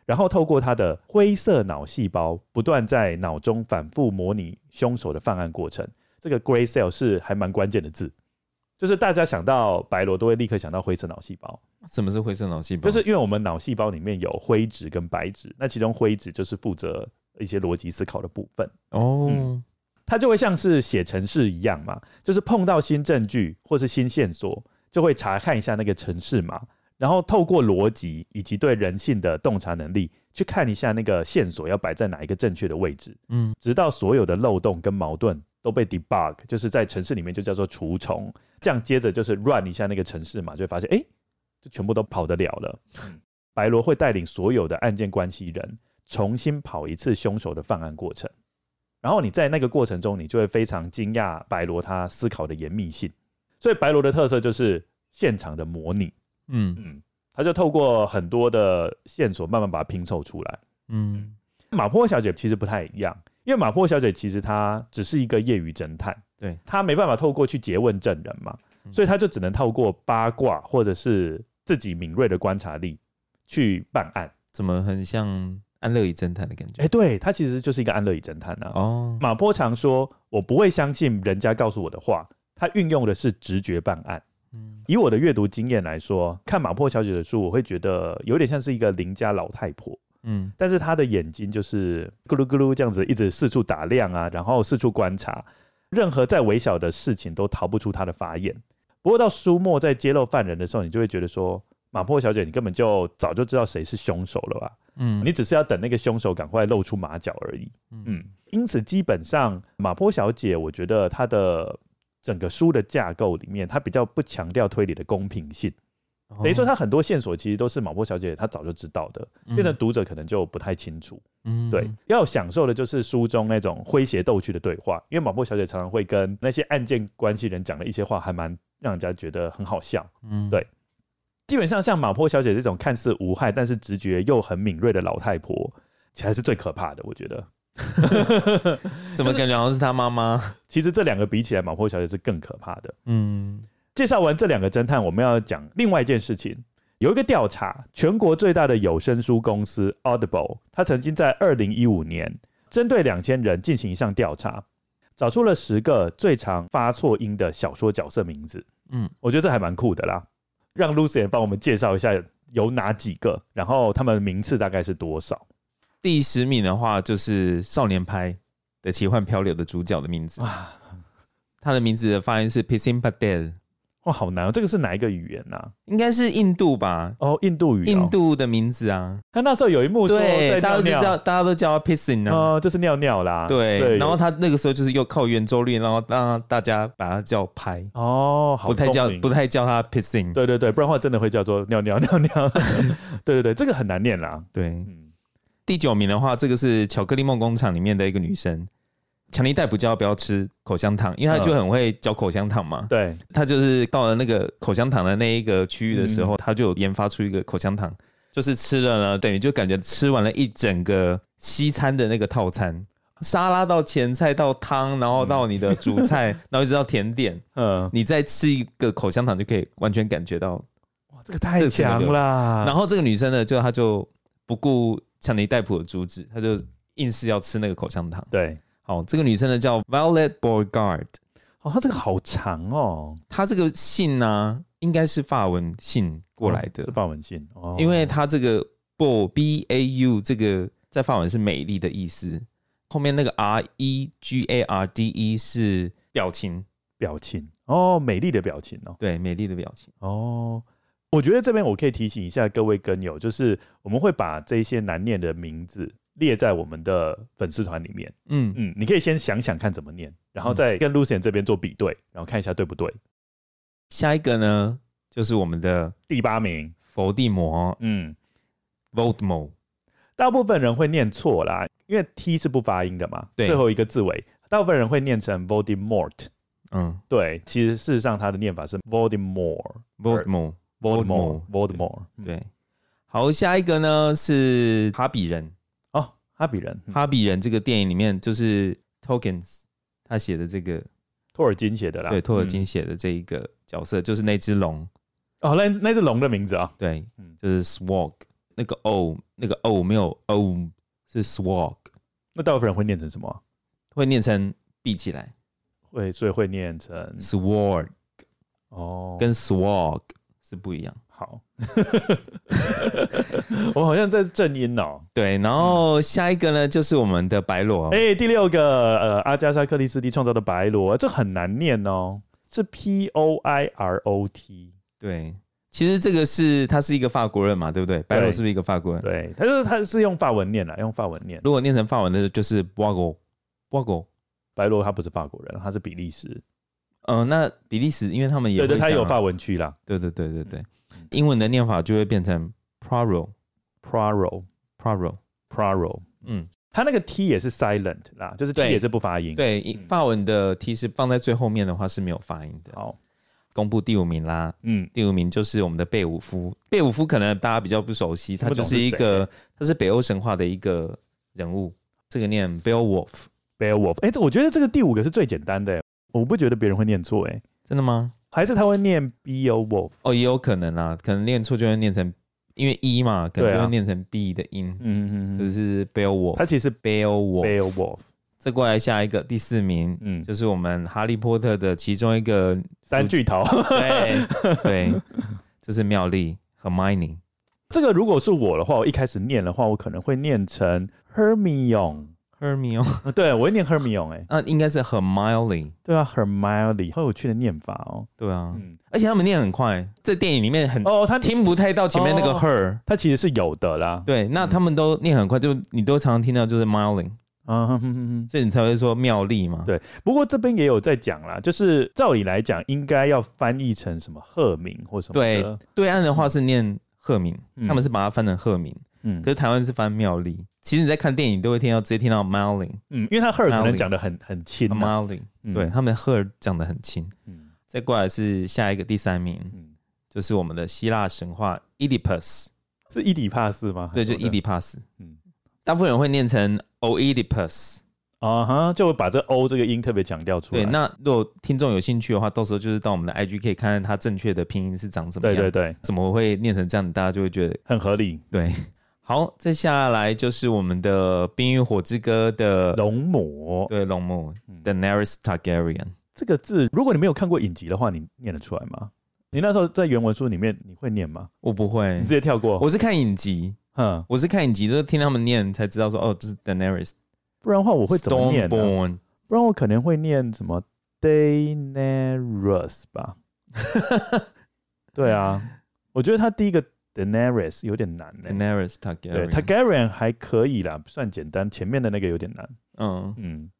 Speaker 2: 然后透过他的灰色脑细胞不断在脑中反复模拟凶手的犯案过程。这个 gray cell 是还蛮关键的字，就是大家想到白罗都会立刻想到灰色脑细胞，
Speaker 1: 什么是灰色脑细胞？
Speaker 2: 就是因为我们脑细胞里面有灰质跟白质，那其中灰质就是负责一些逻辑思考的部分。
Speaker 1: 哦
Speaker 2: 嗯，它就会像是写程式一样嘛，就是碰到新证据或是新线索，就会查看一下那个程式码，然后透过逻辑以及对人性的洞察能力，去看一下那个线索要摆在哪一个正确的位置，
Speaker 1: 嗯
Speaker 2: 直到所有的漏洞跟矛盾都被 debug，就是在程式里面就叫做除虫。这样接着就是 run 一下那个程式码，就会发现哎、诶就全部都跑得了了。白罗会带领所有的案件关系人重新跑一次凶手的犯案过程，然后你在那个过程中，你就会非常惊讶白罗他思考的严密性。所以白罗的特色就是现场的模拟，
Speaker 1: 嗯
Speaker 2: 嗯，他就透过很多的线索慢慢把它拼凑出来。
Speaker 1: 嗯
Speaker 2: 马坡小姐其实不太一样，因为马坡小姐其实她只是一个业余侦探，
Speaker 1: 对
Speaker 2: 她没办法透过去诘问证人嘛，
Speaker 1: 嗯
Speaker 2: 所以她就只能透过八卦或者是自己敏锐的观察力去办案。
Speaker 1: 怎么很像安乐椅侦探的感
Speaker 2: 哎、
Speaker 1: 觉？
Speaker 2: 对，她其实就是一个安乐椅侦探啊。
Speaker 1: 哦，
Speaker 2: 马坡常说：“我不会相信人家告诉我的话。”他运用的是直觉办案。
Speaker 1: 嗯
Speaker 2: 以我的阅读经验来说，看马坡小姐的书，我会觉得有点像是一个邻家老太婆。
Speaker 1: 嗯
Speaker 2: 但是他的眼睛就是咕噜咕噜这样子，一直四处打量啊，然后四处观察，任何再微小的事情都逃不出他的法眼。不过到书末在揭露犯人的时候，你就会觉得说，马坡小姐，你根本就早就知道谁是凶手了吧？
Speaker 1: 嗯，
Speaker 2: 你只是要等那个凶手赶快露出马脚而已。嗯，因此基本上马坡小姐，我觉得她的整个书的架构里面，她比较不强调推理的公平性，
Speaker 1: 哦，
Speaker 2: 等于说她很多线索其实都是马坡小姐她早就知道的，变成
Speaker 1: 嗯
Speaker 2: 读者可能就不太清楚。
Speaker 1: 嗯
Speaker 2: 对，要享受的就是书中那种诙谐逗趣的对话，因为马坡小姐常常会跟那些案件关系人讲的一些话，还蛮让人家觉得很好笑。
Speaker 1: 嗯
Speaker 2: 对基本上像马坡小姐这种看似无害，但是直觉又很敏锐的老太婆，才是最可怕的。我觉得，
Speaker 1: 怎么感觉好像是他妈妈？
Speaker 2: 其实这两个比起来，马坡小姐是更可怕的。
Speaker 1: 嗯
Speaker 2: 介绍完这两个侦探，我们要讲另外一件事情。有一个调查，全国最大的有声书公司 Audible，它曾经在二零一五年针对两千人进行一项调查，找出了十个最常发错音的小说角色名字。
Speaker 1: 嗯
Speaker 2: 我觉得这还蛮酷的啦。让 Lucian 帮我们介绍一下有哪几个，然后他们的名次大概是多少？
Speaker 1: 第十名的话就是《少年派的奇幻漂流》的主角的名字，他的名字的发音是 Pisim Patel，
Speaker 2: 哦，好难哦，这个是哪一个语言呐、
Speaker 1: 应该是印度吧？
Speaker 2: 哦，印度语、哦。
Speaker 1: 印，度的名字啊，
Speaker 2: 他那时候有一幕说在
Speaker 1: 对，大家
Speaker 2: 尿
Speaker 1: 都知
Speaker 2: 尿
Speaker 1: 道，，大家都叫他 pissing 啊。
Speaker 2: 哦、就是尿尿啦。
Speaker 1: 对，然后他那个时候就是又靠圆周率，然后让大家把他叫拍，
Speaker 2: 哦，好
Speaker 1: 不太叫
Speaker 2: 聪明
Speaker 1: 不太叫他 pissing。
Speaker 2: 对对对，不然的话真的会叫做尿尿尿 尿。对对对，这个很难念啦。
Speaker 1: 对，
Speaker 2: 嗯，
Speaker 1: 第九名的话，这个是巧克力梦工厂里面的一个女生，强力逮捕叫她不要吃口香糖，因为她就很会嚼口香糖嘛。
Speaker 2: 对，
Speaker 1: 她就是到了那个口香糖的那一个区域的
Speaker 2: 嗯
Speaker 1: 时候，她就有研发出一个口香糖，就是吃了呢，等于就感觉吃完了一整个西餐的那个套餐。沙拉到前菜到汤，然后到你的主 菜，然后一直到甜点，
Speaker 2: 嗯，
Speaker 1: 你再吃一个口香糖就可以完全感觉到
Speaker 2: 哇，这个太
Speaker 1: 这怎么
Speaker 2: 强
Speaker 1: 留
Speaker 2: 啦。
Speaker 1: 然后这个女生呢，就她就不顾强尼戴普的阻止，她就硬是要吃那个口香糖。
Speaker 2: 对，
Speaker 1: 好，这个女生呢叫 Violet Beauregard，
Speaker 2: 哦，它这个好长哦，
Speaker 1: 她这个姓呢、应该是法文姓过来的，
Speaker 2: 是法文姓哦，
Speaker 1: 因为她这个 Beau B A U 这个在法文是美丽的意思，后面那个 R E G A R D E 是表情，
Speaker 2: 表情哦，美丽的表情哦，
Speaker 1: 对，美丽的表情。
Speaker 2: 哦。我觉得这边我可以提醒一下各位跟友，就是我们会把这些难念的名字列在我们的粉丝团里面。
Speaker 1: 嗯，
Speaker 2: 嗯，你可以先想想看怎么念，然后
Speaker 1: 嗯
Speaker 2: 再跟 Lucian 这边做比对，然后看一下对不对。
Speaker 1: 下一个呢就是我们的
Speaker 2: 第八名，
Speaker 1: 伏地魔
Speaker 2: 嗯，
Speaker 1: Voldemort，
Speaker 2: 大部分人会念错啦，因为 T 是不发音的嘛，
Speaker 1: 对
Speaker 2: 最后一个字尾，大部分人会念成 Voldemort。
Speaker 1: 嗯
Speaker 2: 对，其实事实上它的念法是 Voldemort。
Speaker 1: ，Voldemort。
Speaker 2: Voldemort
Speaker 1: Voldemort，
Speaker 2: Voldemort，嗯，
Speaker 1: 对，好，下一个呢是《哈比人》
Speaker 2: 哦，哈比人，
Speaker 1: 《哈比人》这个电影里面就是 Tolkien 他写的这个，
Speaker 2: 托尔金写的啦，
Speaker 1: 对，托尔金
Speaker 2: 嗯，
Speaker 1: 写的这一个角色、就是那只龙，
Speaker 2: 哦，那那只龙的名字啊，
Speaker 1: 对
Speaker 2: 嗯，
Speaker 1: 就是 Swag，那个 O 那个 O 没有 O 是 Swag，
Speaker 2: 那大部分人会念成什么啊？
Speaker 1: 会念成闭起来
Speaker 2: 会，所以会念成
Speaker 1: ，Sword
Speaker 2: 哦，
Speaker 1: 跟 Swag 是不一样。
Speaker 2: 好， 我好像在正音哦。
Speaker 1: 对，然后下一个呢就是我们的白罗，
Speaker 2: 哎、第六个，呃，阿加莎·克里斯蒂创造的白罗，这很难念哦，是 P O I R O T。
Speaker 1: 对，其实这个是他是一个法国人嘛，对不对？白罗
Speaker 2: 对
Speaker 1: 是不是一个法国人？
Speaker 2: 对，他就是他是用法文念啦，用法文念。
Speaker 1: 如果念成法文的，就是 b o g o b o g o
Speaker 2: 白罗他不是法国人，他是比利时。
Speaker 1: 嗯、呃，那比利时，因为他们也
Speaker 2: 对
Speaker 1: 会
Speaker 2: 对，他
Speaker 1: 讲
Speaker 2: 有
Speaker 1: 啊
Speaker 2: 法文区啦
Speaker 1: 对对对对对
Speaker 2: 嗯，
Speaker 1: 英文的念法就会变成 Praro
Speaker 2: ，Praro
Speaker 1: Praro，
Speaker 2: Praro。
Speaker 1: 嗯，
Speaker 2: 他那个 T 也是 silent 啦，就是 T
Speaker 1: 对
Speaker 2: 也是不发音。，
Speaker 1: 对，法文的 T 是放在最后面的话是没有发音的。
Speaker 2: 好，
Speaker 1: 公布第五名啦，
Speaker 2: 嗯，
Speaker 1: 第五名就是我们的贝武夫。贝武夫可能大家比较不熟悉，他
Speaker 2: 不
Speaker 1: 就
Speaker 2: 懂
Speaker 1: 是一
Speaker 2: 是谁
Speaker 1: 个，他是北欧神话的一个人物，这个念 Beowulf，
Speaker 2: Beowulf。哎、这我觉得这个第五个是最简单的，我不觉得别人会念错，哎，
Speaker 1: 真的吗？
Speaker 2: 还是他会念 Beowulf。
Speaker 1: 哦，也有可能啊，可能念错就会念成，因为一嘛，可能
Speaker 2: 对啊
Speaker 1: 就会念成 b 的音。
Speaker 2: 嗯嗯
Speaker 1: 就
Speaker 2: 嗯，
Speaker 1: 是 Beowulf
Speaker 2: 他其实是
Speaker 1: Beowulf。
Speaker 2: Beowulf。
Speaker 1: 再过来下一个第四名，
Speaker 2: 嗯，
Speaker 1: 就是我们《哈利波特》的其中一 个，
Speaker 2: 三巨头。
Speaker 1: 对 对，就是妙丽 Hermione。
Speaker 2: 这个如果是我的话，我一开始念的话，我可能会念成 Hermione，
Speaker 1: Hermione，
Speaker 2: 呃对我会念 Hermione，哎、
Speaker 1: 那啊应该是 Hermione，
Speaker 2: 对啊，Hermione，好有趣的念法哦。
Speaker 1: 对啊，
Speaker 2: 嗯，
Speaker 1: 而且他们念很快，在电影里面很
Speaker 2: 哦，他
Speaker 1: 听不太到前面那个
Speaker 2: 哦嗯
Speaker 1: her，、
Speaker 2: 他其实是有的啦。
Speaker 1: 对，那他们都念很快，就你都常常听到就是 Miley，
Speaker 2: 啊、哼哼哼哼
Speaker 1: 所以你才会说妙丽嘛。
Speaker 2: 对不过这边也有在讲啦，就是照理来讲，应该要翻译成什么赫敏或什么
Speaker 1: 对
Speaker 2: 的。
Speaker 1: 对岸的话是念赫敏，
Speaker 2: 嗯
Speaker 1: 他们是把它翻成赫敏，
Speaker 2: 嗯
Speaker 1: 可是台湾是翻妙丽。其实你在看电影都会听到直接听到 Miley。
Speaker 2: 嗯，因为他 her 可
Speaker 1: Hermione
Speaker 2: 能讲的很很轻、啊，
Speaker 1: Marley，、
Speaker 2: 嗯
Speaker 1: 对他们 her 讲的很轻。
Speaker 2: 嗯
Speaker 1: 再过来是下一个第三名，
Speaker 2: 嗯，
Speaker 1: 就是我们的希腊神话伊底帕斯，
Speaker 2: 是伊底帕斯吗？
Speaker 1: 对，就伊
Speaker 2: 啊还是什么的
Speaker 1: 底帕斯。
Speaker 2: 嗯
Speaker 1: 大部分人会念成 O Oedipus，
Speaker 2: 啊哈，就把这 o 这个音特别强调出来。
Speaker 1: 对。那如果听众有兴趣的话，到时候就是到我们的 IG 可以看看它正确的拼音是长什么
Speaker 2: 对
Speaker 1: 样。
Speaker 2: 对对，
Speaker 1: 怎么会念成这样？大家就会觉得
Speaker 2: 很合理。
Speaker 1: 对。好，再下来就是我们的《冰与火之歌》的
Speaker 2: 龙母
Speaker 1: 对龙母
Speaker 2: 嗯
Speaker 1: Daenerys Targaryen，
Speaker 2: 这个字，如果你没有看过影集的话，你念得出来吗？你那时候在原文书里面你会念吗？
Speaker 1: 我不会
Speaker 2: 你直，接跳过，
Speaker 1: 嗯我是看影集，
Speaker 2: 哼，
Speaker 1: 我是看影集，就是听他们念才知道说，哦，这是 Daenerys
Speaker 2: 不然的话我会怎么念呢、
Speaker 1: Stormborn，
Speaker 2: 不然我可能会念什么 Daenerys 吧，对啊， 我觉得他第一个 Daenerys 有点难呢、
Speaker 1: Daenerys
Speaker 2: 对
Speaker 1: Targaryen，
Speaker 2: ，Targaryen 还可以啦，算简单，前面的那个有点难。
Speaker 1: 嗯，
Speaker 2: 嗯，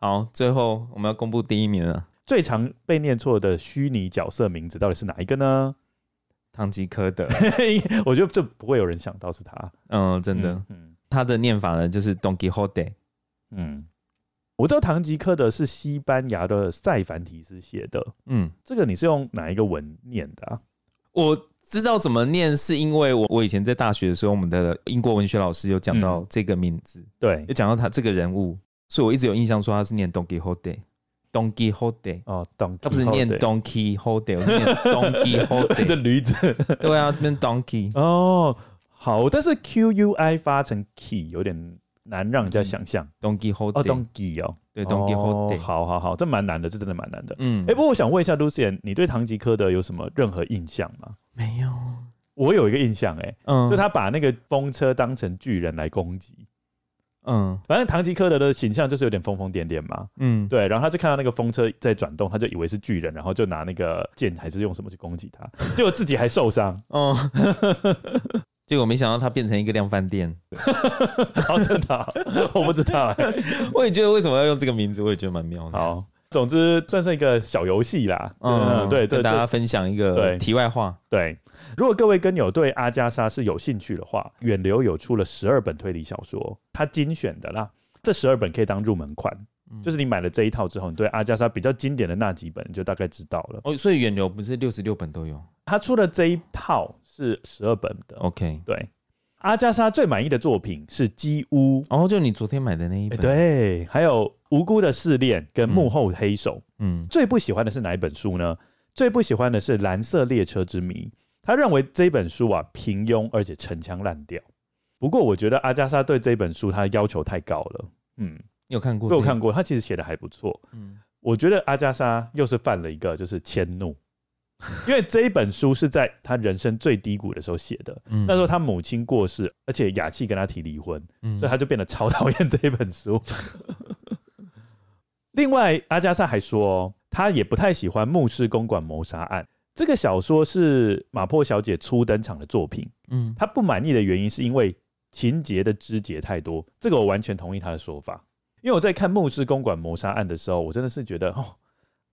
Speaker 1: 好，最后我们要公布第一名了，
Speaker 2: 最常被念错的虚拟角色名字到底是哪一个呢？
Speaker 1: 唐吉诃德。
Speaker 2: 我觉得这不会有人想到是他，
Speaker 1: 嗯，真的，
Speaker 2: 嗯
Speaker 1: 他的念法呢就是 Don Quixote。
Speaker 2: 嗯嗯我知道堂吉诃德是西班牙的塞凡提斯写的，
Speaker 1: 嗯，
Speaker 2: 这个你是用哪一个文念的啊？
Speaker 1: 我知道怎么念，是因为我我以前在大学的时候，我们的英国文学老师有讲到
Speaker 2: 嗯
Speaker 1: 这个名字，
Speaker 2: 对
Speaker 1: 有，讲到他这个人物，所以我一直有印象说他是念 Don Quixote。Don Quixote，
Speaker 2: 哦，懂，
Speaker 1: 他不是念 Don Quixote，我是念 Don
Speaker 2: 这
Speaker 1: Quixote。
Speaker 2: 驴子
Speaker 1: 对啊，念 Donkey。
Speaker 2: 哦，好，但是 Q U I 发成 key 有点难让人家想象
Speaker 1: 东基 hold
Speaker 2: 哦，懂 key 哦，
Speaker 1: 嗯对东基 hold
Speaker 2: 哦好好好，这蛮难的，这真的蛮难的。
Speaker 1: 嗯，
Speaker 2: 哎、不过我想问一下 Lucian，你对堂吉诃德有什么任何印象吗？
Speaker 1: 没有，
Speaker 2: 我有一个印象、哎、
Speaker 1: 嗯，
Speaker 2: 就他把那个风车当成巨人来攻击。
Speaker 1: 嗯
Speaker 2: 反正堂吉诃德的形象就是有点疯疯癫癫嘛，
Speaker 1: 嗯，
Speaker 2: 对，然后他就看到那个风车在转动，他就以为是巨人，然后就拿那个剑还是用什么去攻击他，结果自己还受伤，
Speaker 1: 哦， 结果没想到他变成一个量贩 店，
Speaker 2: 好真的啊、我不知道、哎
Speaker 1: 我也觉得为什么要用这个名字，我也觉得蛮妙的。
Speaker 2: 好，总之算是一个小游戏啦。嗯，对，这
Speaker 1: 跟大家
Speaker 2: 这
Speaker 1: 分享一
Speaker 2: 对
Speaker 1: 个题外话，
Speaker 2: 对。如果各位跟友对阿加莎是有兴趣的话，远流有出了十二本推理小说，它精选的啦。这十二本可以当入门款，
Speaker 1: 嗯
Speaker 2: 就是你买了这一套之后，你对阿加莎比较经典的那几本你就大概知道了。
Speaker 1: 哦，所以远流不是六十六本都有
Speaker 2: 他出的这一套是十二本的，
Speaker 1: ，OK，
Speaker 2: 对。阿加莎最满意的作品是《鸡屋》
Speaker 1: 哦，就你昨天买的那一
Speaker 2: 哎
Speaker 1: 本，，
Speaker 2: 对，还有《无辜的试炼》跟《幕后黑手》
Speaker 1: 嗯
Speaker 2: 最不喜欢的是哪一本书呢？最不喜欢的是《蓝色列车之谜》，他认为这本书啊平庸而且陈腔滥调。不过我觉得阿加莎对这本书她要求太高了，嗯，
Speaker 1: 你有看过？
Speaker 2: 我有看，过，她其实写的还不错。
Speaker 1: 嗯
Speaker 2: 我觉得阿加莎又是犯了一个就是迁怒，因为这一本书是在她人生最低谷的时候写的。
Speaker 1: 嗯
Speaker 2: 那时候她母亲过世，而且雅琪跟她提离婚，
Speaker 1: 嗯
Speaker 2: 所以他就变得超讨厌这一本书。另外，阿加莎还说，哦他也不太喜欢《牧师公馆谋杀案》这个小说是马坡小姐初登场的作品。
Speaker 1: 嗯
Speaker 2: 他不满意的原因是因为情节的枝节太多，这个我完全同意他的说法。因为我在看《牧师公馆谋杀案》的时候，我真的是觉得，哦，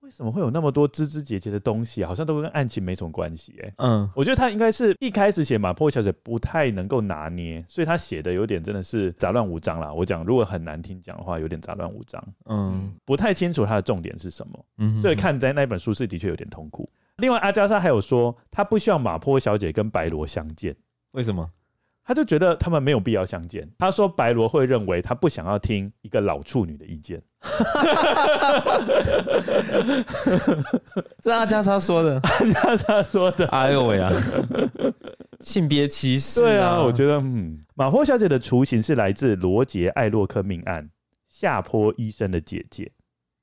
Speaker 2: 为什么会有那么多枝枝节节的东西，好像都跟案情没什么关系、欸？
Speaker 1: 嗯
Speaker 2: 我觉得他应该是一开始写马坡小姐不太能够拿捏，所以他写的有点真的是杂乱无章啦。我讲如果很难听讲的话，有点杂乱无章，
Speaker 1: 嗯
Speaker 2: 不太清楚他的重点是什么，
Speaker 1: 嗯，
Speaker 2: 所以看在那本书是的确有点痛苦。另外，阿加莎还有说，他不希望马坡小姐跟白罗相见，
Speaker 1: 为什么？
Speaker 2: 他就觉得他们没有必要相见。他说白罗会认为他不想要听一个老处女的意见，
Speaker 1: 是阿加莎说 的，
Speaker 2: 阿加莎说的。
Speaker 1: 哎呦 喂啊，性别歧视，
Speaker 2: 对啊，我觉得，嗯，马坡小姐的雏形是来自罗杰·艾洛克命案下坡医生的姐姐，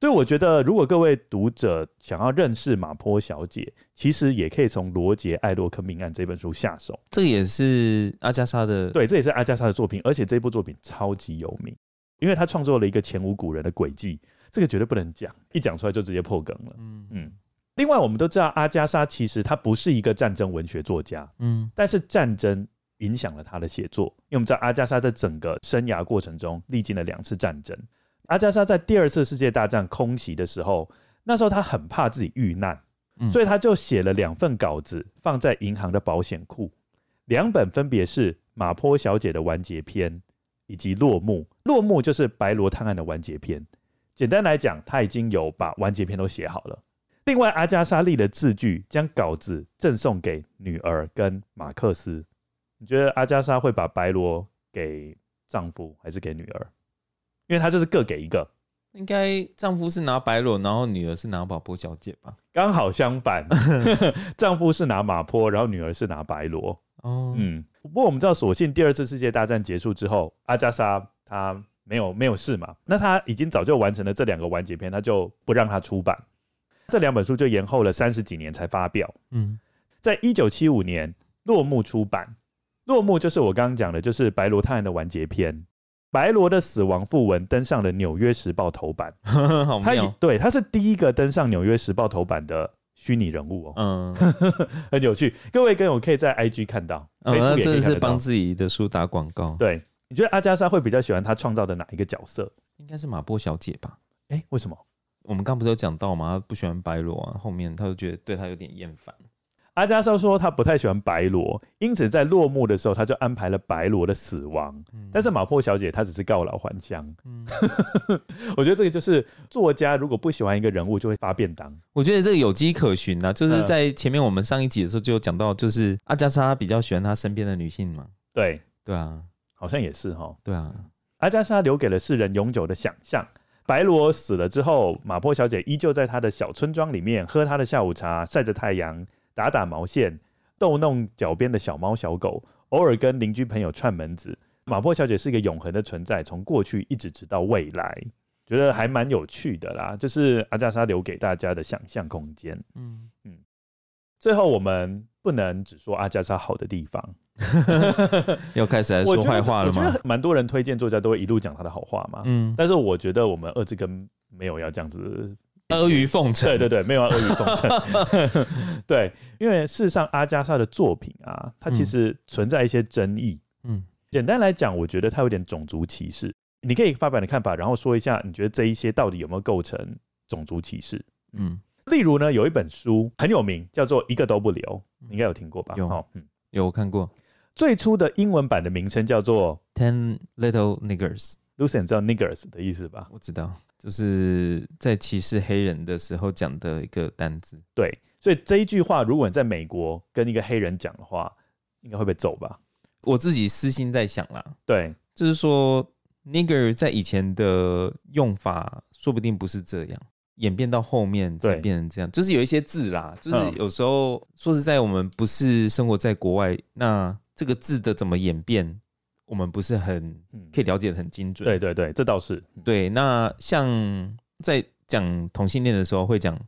Speaker 2: 所以我觉得，如果各位读者想要认识马坡小姐，其实也可以从《罗杰·艾洛克命案》这本书下手。
Speaker 1: 这个也是阿加莎的，
Speaker 2: 对，这也是阿加莎的作品，而且这部作品超级有名，因为她创作了一个前无古人的轨迹，这个绝对不能讲，一讲出来就直接破梗了。
Speaker 1: 嗯
Speaker 2: 嗯，另外我们都知道，阿加莎其实她不是一个战争文学作家，
Speaker 1: 嗯。
Speaker 2: 但是战争影响了他的写作，因为我们知道阿加莎在整个生涯过程中历经了两次战争。阿加莎在第二次世界大战空袭的时候，那时候他很怕自己遇难，
Speaker 1: 嗯
Speaker 2: 所以他就写了两份稿子放在银行的保险库，两本分别是《马坡小姐的完结篇》以及《落幕》。落幕就是白罗探案的完结篇。简单来讲，他已经有把完结篇都写好了。另外，阿加莎立了字据，将稿子赠送给女儿跟马克思。你觉得阿加莎会把白罗给丈夫还是给女儿？因为她就是各给一个，
Speaker 1: 应该丈夫是拿白裸，然后女儿是拿宝波小姐吧？
Speaker 2: 刚好相反，丈夫是拿马坡，然后女儿是拿白罗。
Speaker 1: 哦，
Speaker 2: 嗯，不过我们知道，所幸第二次世界大战结束之后，阿加莎她没有没有事嘛，那她已经早就完成了这两个完结篇，她就不让它出版，这两本书就延后了三十几年才发表。
Speaker 1: 嗯
Speaker 2: 在一九七五年落幕出版。落幕就是我刚刚讲的，就是《白罗探案》的完结篇。白罗的死亡讣文登上了《纽约时报》头版，
Speaker 1: 嗯，好
Speaker 2: 他也
Speaker 1: 妙，
Speaker 2: 对，他是第一个登上《纽约时报》头版的虚拟人物哦，
Speaker 1: 嗯，
Speaker 2: 很有趣。各位跟我可以在 IG 看到，
Speaker 1: 哦，
Speaker 2: Facebook
Speaker 1: 那
Speaker 2: 也可
Speaker 1: 真
Speaker 2: 以
Speaker 1: 的
Speaker 2: 看
Speaker 1: 是
Speaker 2: 得
Speaker 1: 帮
Speaker 2: 到。
Speaker 1: 自己的书打广告，
Speaker 2: 对，你觉得阿加莎会比较喜欢他创造的哪一个角色？
Speaker 1: 应该是马波小姐吧？
Speaker 2: 哎、为什么？
Speaker 1: 我们刚不是有讲到吗？她不喜欢白罗啊，后面她就觉得对她有点厌烦。
Speaker 2: 阿加莎说她不太喜欢白罗，因此在落幕的时候，他就安排了白罗的死亡。
Speaker 1: 嗯
Speaker 2: 但是马破小姐她只是告老还乡。
Speaker 1: 嗯
Speaker 2: 我觉得这个就是作家如果不喜欢一个人物，就会发便当。
Speaker 1: 我觉得这个有迹可循啊，就是
Speaker 2: 嗯
Speaker 1: 在前面我们上一集的时候就有讲到，就是阿加莎比较喜欢她身边的女性嘛，
Speaker 2: 对，
Speaker 1: 对啊，
Speaker 2: 好像也是哈。
Speaker 1: 对啊，
Speaker 2: 阿加莎留给了世人永久的想象。白罗死了之后，马坡小姐依旧在她的小村庄里面喝她的下午茶，晒着太阳，打打毛线，逗弄脚边的小猫小狗，偶尔跟邻居朋友串门子。马坡小姐是一个永恒的存在，从过去一直直到未来，觉得还蛮有趣的啦。这、是阿加莎留给大家的想象空间。
Speaker 1: 嗯，
Speaker 2: 最后，我们不能只说阿加莎好的地方，
Speaker 1: 要开始来
Speaker 2: 我
Speaker 1: 说
Speaker 2: 觉得
Speaker 1: 坏话了
Speaker 2: 我觉
Speaker 1: 吗？
Speaker 2: 得蛮多人推荐作家都会一路讲他的好话嘛。
Speaker 1: 嗯，
Speaker 2: 但是我觉得我们二之根没有要这样子，
Speaker 1: 阿谀奉 承，
Speaker 2: 对对对，没有要阿谀 奉承，对，因为事实上阿加莎的作品啊，它其实存在一些争议。
Speaker 1: 嗯
Speaker 2: 简单来讲，我觉得它有点种族歧视。你可以发表你的看法，然后说一下你觉得这一些到底有没有构成种族歧视。
Speaker 1: 嗯，
Speaker 2: 例如呢，有一本书很有名，叫做《一个都不留》，你应该有听过吧？
Speaker 1: 嗯有
Speaker 2: 哦嗯，
Speaker 1: 有我看过
Speaker 2: 最初的英文版的名称叫做
Speaker 1: ，Ten Little Niggers，
Speaker 2: “Lucian”，知道 “niggers” 的意思吧？
Speaker 1: 我知道，就是在歧视黑人的时候讲的一个单字，
Speaker 2: 对，所以这一句话，如果你在美国跟一个黑人讲的话，应该会被揍吧？
Speaker 1: 我自己私心在想啦，
Speaker 2: 对，
Speaker 1: 就是说 nigger 在以前的用法说不定不是这样，演变到后面才
Speaker 2: 对
Speaker 1: 变成这样。就是有一些字啦，就是
Speaker 2: 嗯
Speaker 1: 有时候、说实在，我们不是生活在国外，那这个字的怎么演变，我们不是很
Speaker 2: 嗯
Speaker 1: 可以了解的很精准。
Speaker 2: 对对对，这倒是，嗯
Speaker 1: 对那像在讲同性恋的时候会讲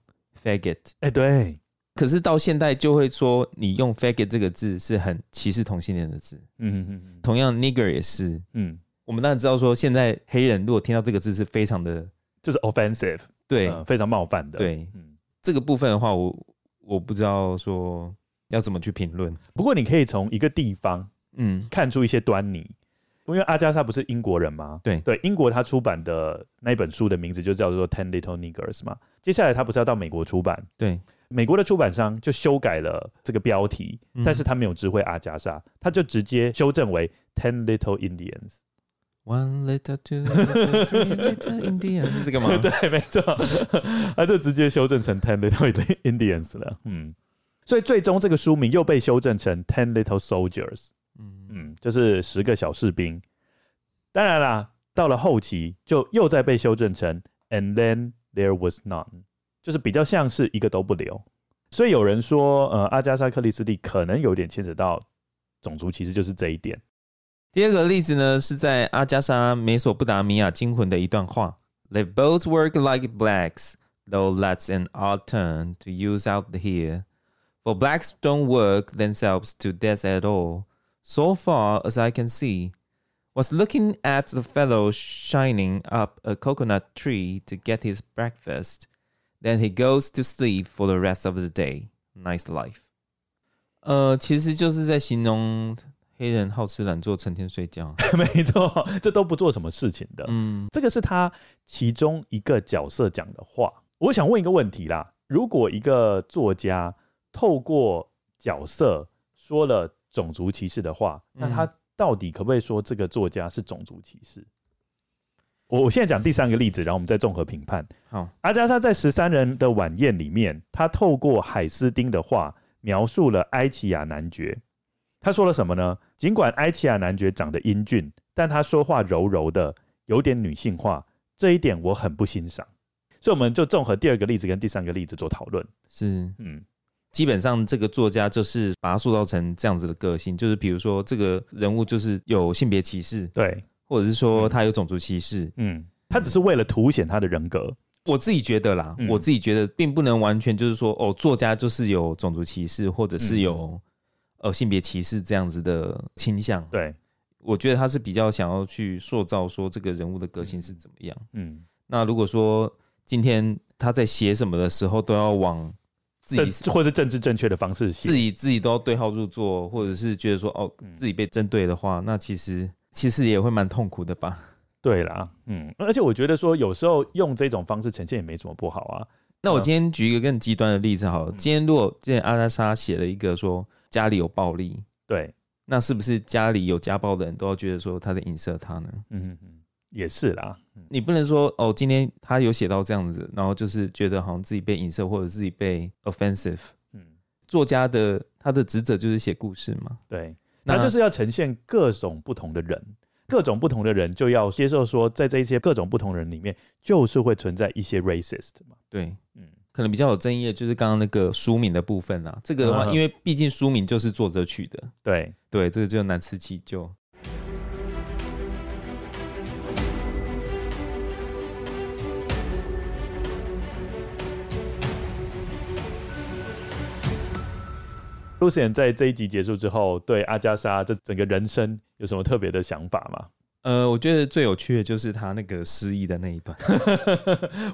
Speaker 1: faggot。
Speaker 2: 哎、对，
Speaker 1: 可是到现代就会说，你用 faggot 这个字是很歧视同性恋的字。
Speaker 2: 嗯嗯嗯
Speaker 1: 同样，nigger 也是，
Speaker 2: 嗯，
Speaker 1: 我们当然知道说，现在黑人如果听到这个字是非常的
Speaker 2: 就是 offensive，
Speaker 1: 对、
Speaker 2: 呃非常冒犯的，，
Speaker 1: 对
Speaker 2: 嗯。
Speaker 1: 这个部分的话，我我不知道说要怎么去评论。
Speaker 2: 不过你可以从一个地方
Speaker 1: 嗯
Speaker 2: 看出一些端倪，因为阿加莎不是英国人吗？
Speaker 1: 对
Speaker 2: 对，英国他出版的那本书的名字就叫做《Ten Little Niggers》嘛。接下来他不是要到美国出版？
Speaker 1: 对，
Speaker 2: 美国的出版商就修改了这个标题，
Speaker 1: 嗯
Speaker 2: 但是他没有知会阿加莎，他就直接修正为 Ten Little Indians。
Speaker 1: ，One little two little three little Indian 是这个吗？
Speaker 2: 对，没错，嗯他就直接修正成 Ten Little Indians 了。嗯，所以最终这个书名又被修正成 Ten Little Soldiers。
Speaker 1: 嗯嗯
Speaker 2: 嗯，就是十个小士兵。当然啦，到了后期就又再被修正成 And then there was none，就是比较像是一个都不留。所以有人说，呃，阿加莎·克里斯蒂可能有点牵扯到种族歧视，就是这一点。
Speaker 1: 第二个例子呢，是在阿加莎《美索不达米亚惊魂》的一段话：“They both work like blacks, though that's an odd term to use out here, for blacks don't work themselves to death at all, so far as I can see. Was looking at the fellow shining up a coconut tree to get his breakfast. Then he goes to sleep for the rest of the day. Nice life.” 呃，其实就是在形容黑人好吃懒做，成天睡觉。
Speaker 2: 没错，这都不做什么事情的。
Speaker 1: 嗯，
Speaker 2: 这个是他其中一个角色讲的话。我想问一个问题啦：如果一个作家透过角色说了种族歧视的话，
Speaker 1: 嗯
Speaker 2: 那他到底可不可以说这个作家是种族歧视？我我现在讲第三个例子，然后我们再综合评判。
Speaker 1: 好，
Speaker 2: 阿加莎在十三人的晚宴里面，他透过海斯丁的话描述了埃奇亚男爵。他说了什么呢？尽管埃奇亚男爵长得英俊，但他说话柔柔的，有点女性化，这一点我很不欣赏。所以我们就综合第二个例子跟第三个例子做讨论。
Speaker 1: 是
Speaker 2: 嗯，
Speaker 1: 基本上这个作家就是把他塑造成这样子的个性，就是比如说这个人物就是有性别歧视，
Speaker 2: 对，
Speaker 1: 或者是说他有种族歧视。
Speaker 2: 嗯，他只是为了凸显他的人格。
Speaker 1: 我自己觉得啦，
Speaker 2: 嗯
Speaker 1: 我自己觉得并不能完全就是说哦，作家就是有种族歧视，或者是有、呃性别歧视这样子的倾向。
Speaker 2: 对，
Speaker 1: 我觉得他是比较想要去塑造说这个人物的个性是怎么样。
Speaker 2: 嗯，
Speaker 1: 那如果说今天他在写什么的时候都要往自
Speaker 2: 政
Speaker 1: 己
Speaker 2: 或是政治正确的方式写
Speaker 1: 自己自己都要对号入座，或者是觉得说哦
Speaker 2: 嗯
Speaker 1: 自己被针对的话，那其实其实也会蛮痛苦的吧？
Speaker 2: 对啦，嗯，而且我觉得说有时候用这种方式呈现也没什么不好啊。嗯
Speaker 1: 那我今天举一个更极端的例子好了，今天如果今天阿加莎写了一个说家里有暴力，
Speaker 2: 对，
Speaker 1: 那是不是家里有家暴的人都要觉得说他在影射他呢？
Speaker 2: 嗯嗯嗯，也是啦，嗯
Speaker 1: 你不能说哦，今天他有写到这样子，然后就是觉得好像自己被影射或者自己被 offensive。
Speaker 2: 嗯，
Speaker 1: 作家的他的职责就是写故事嘛，
Speaker 2: 对，
Speaker 1: 那
Speaker 2: 那就是要呈现各种不同的人，各种不同的人就要接受说，在这一些各种不同人里面，就是会存在一些 racist 嘛。
Speaker 1: 对，
Speaker 2: 嗯，
Speaker 1: 可能比较有争议的就是刚刚那个书名的部分啦。这个的话，
Speaker 2: 嗯
Speaker 1: 因为毕竟书名就是作者取的，
Speaker 2: 对，
Speaker 1: 对，这个就难辞其咎。
Speaker 2: Lucian 在这一集结束之后，对阿加莎这整个人生有什么特别的想法吗？
Speaker 1: 呃，我觉得最有趣的就是他那个失忆的那一段，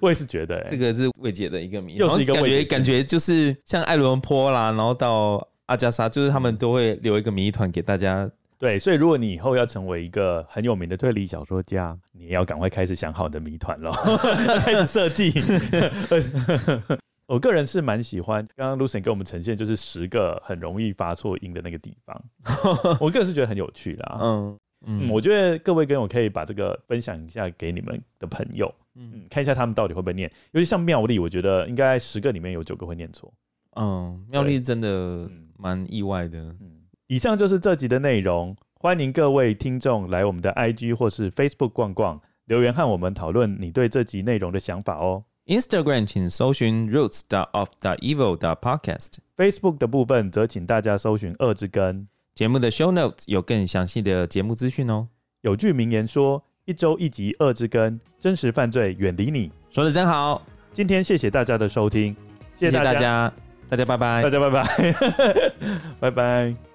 Speaker 2: 我也是觉得、欸，
Speaker 1: 这个是魏姐的一个谜，
Speaker 2: 又是一个
Speaker 1: 然后感
Speaker 2: 未
Speaker 1: 觉
Speaker 2: 解
Speaker 1: 感觉就是像艾伦坡啦，然后到阿加
Speaker 2: 嗯
Speaker 1: 莎，就是他们都会留一个谜团给大家。
Speaker 2: 对，所以如果你以后要成为一个很有名的推理小说家，你也要赶快开始想好你的谜团了， 开始设计。 我个人是蛮喜欢刚刚 Lucian 给我们呈现，就是十个很容易发错音的那个地方， 我个人是觉得很有趣啦。
Speaker 1: 嗯
Speaker 2: 嗯，
Speaker 1: 嗯，
Speaker 2: 我觉得各位跟我可以把这个分享一下给你们的朋友，嗯
Speaker 1: 嗯，
Speaker 2: 看一下他们到底会不会念。尤其像妙丽，我觉得应该十个里面有九个会念错。
Speaker 1: 嗯，妙丽真的
Speaker 2: 嗯
Speaker 1: 蛮意外的。
Speaker 2: 嗯，以上就是这集的内容，欢迎各位听众来我们的 IG 或是 Facebook 逛逛，留言和我们讨论你对这集内容的想法哦。
Speaker 1: Instagram 请搜寻 roots of evil podcast。
Speaker 2: Facebook 的部分则请大家搜寻“二之根
Speaker 1: 节目的 show notes 有更详细的节目资讯哦。”。
Speaker 2: 有句名言说：“一周一集，二之根，真实犯罪远离你。
Speaker 1: 说的真好，”
Speaker 2: 今天谢谢大家的收听，
Speaker 1: 谢谢
Speaker 2: 大
Speaker 1: 大，家，大家拜拜
Speaker 2: 大。家拜拜，拜拜。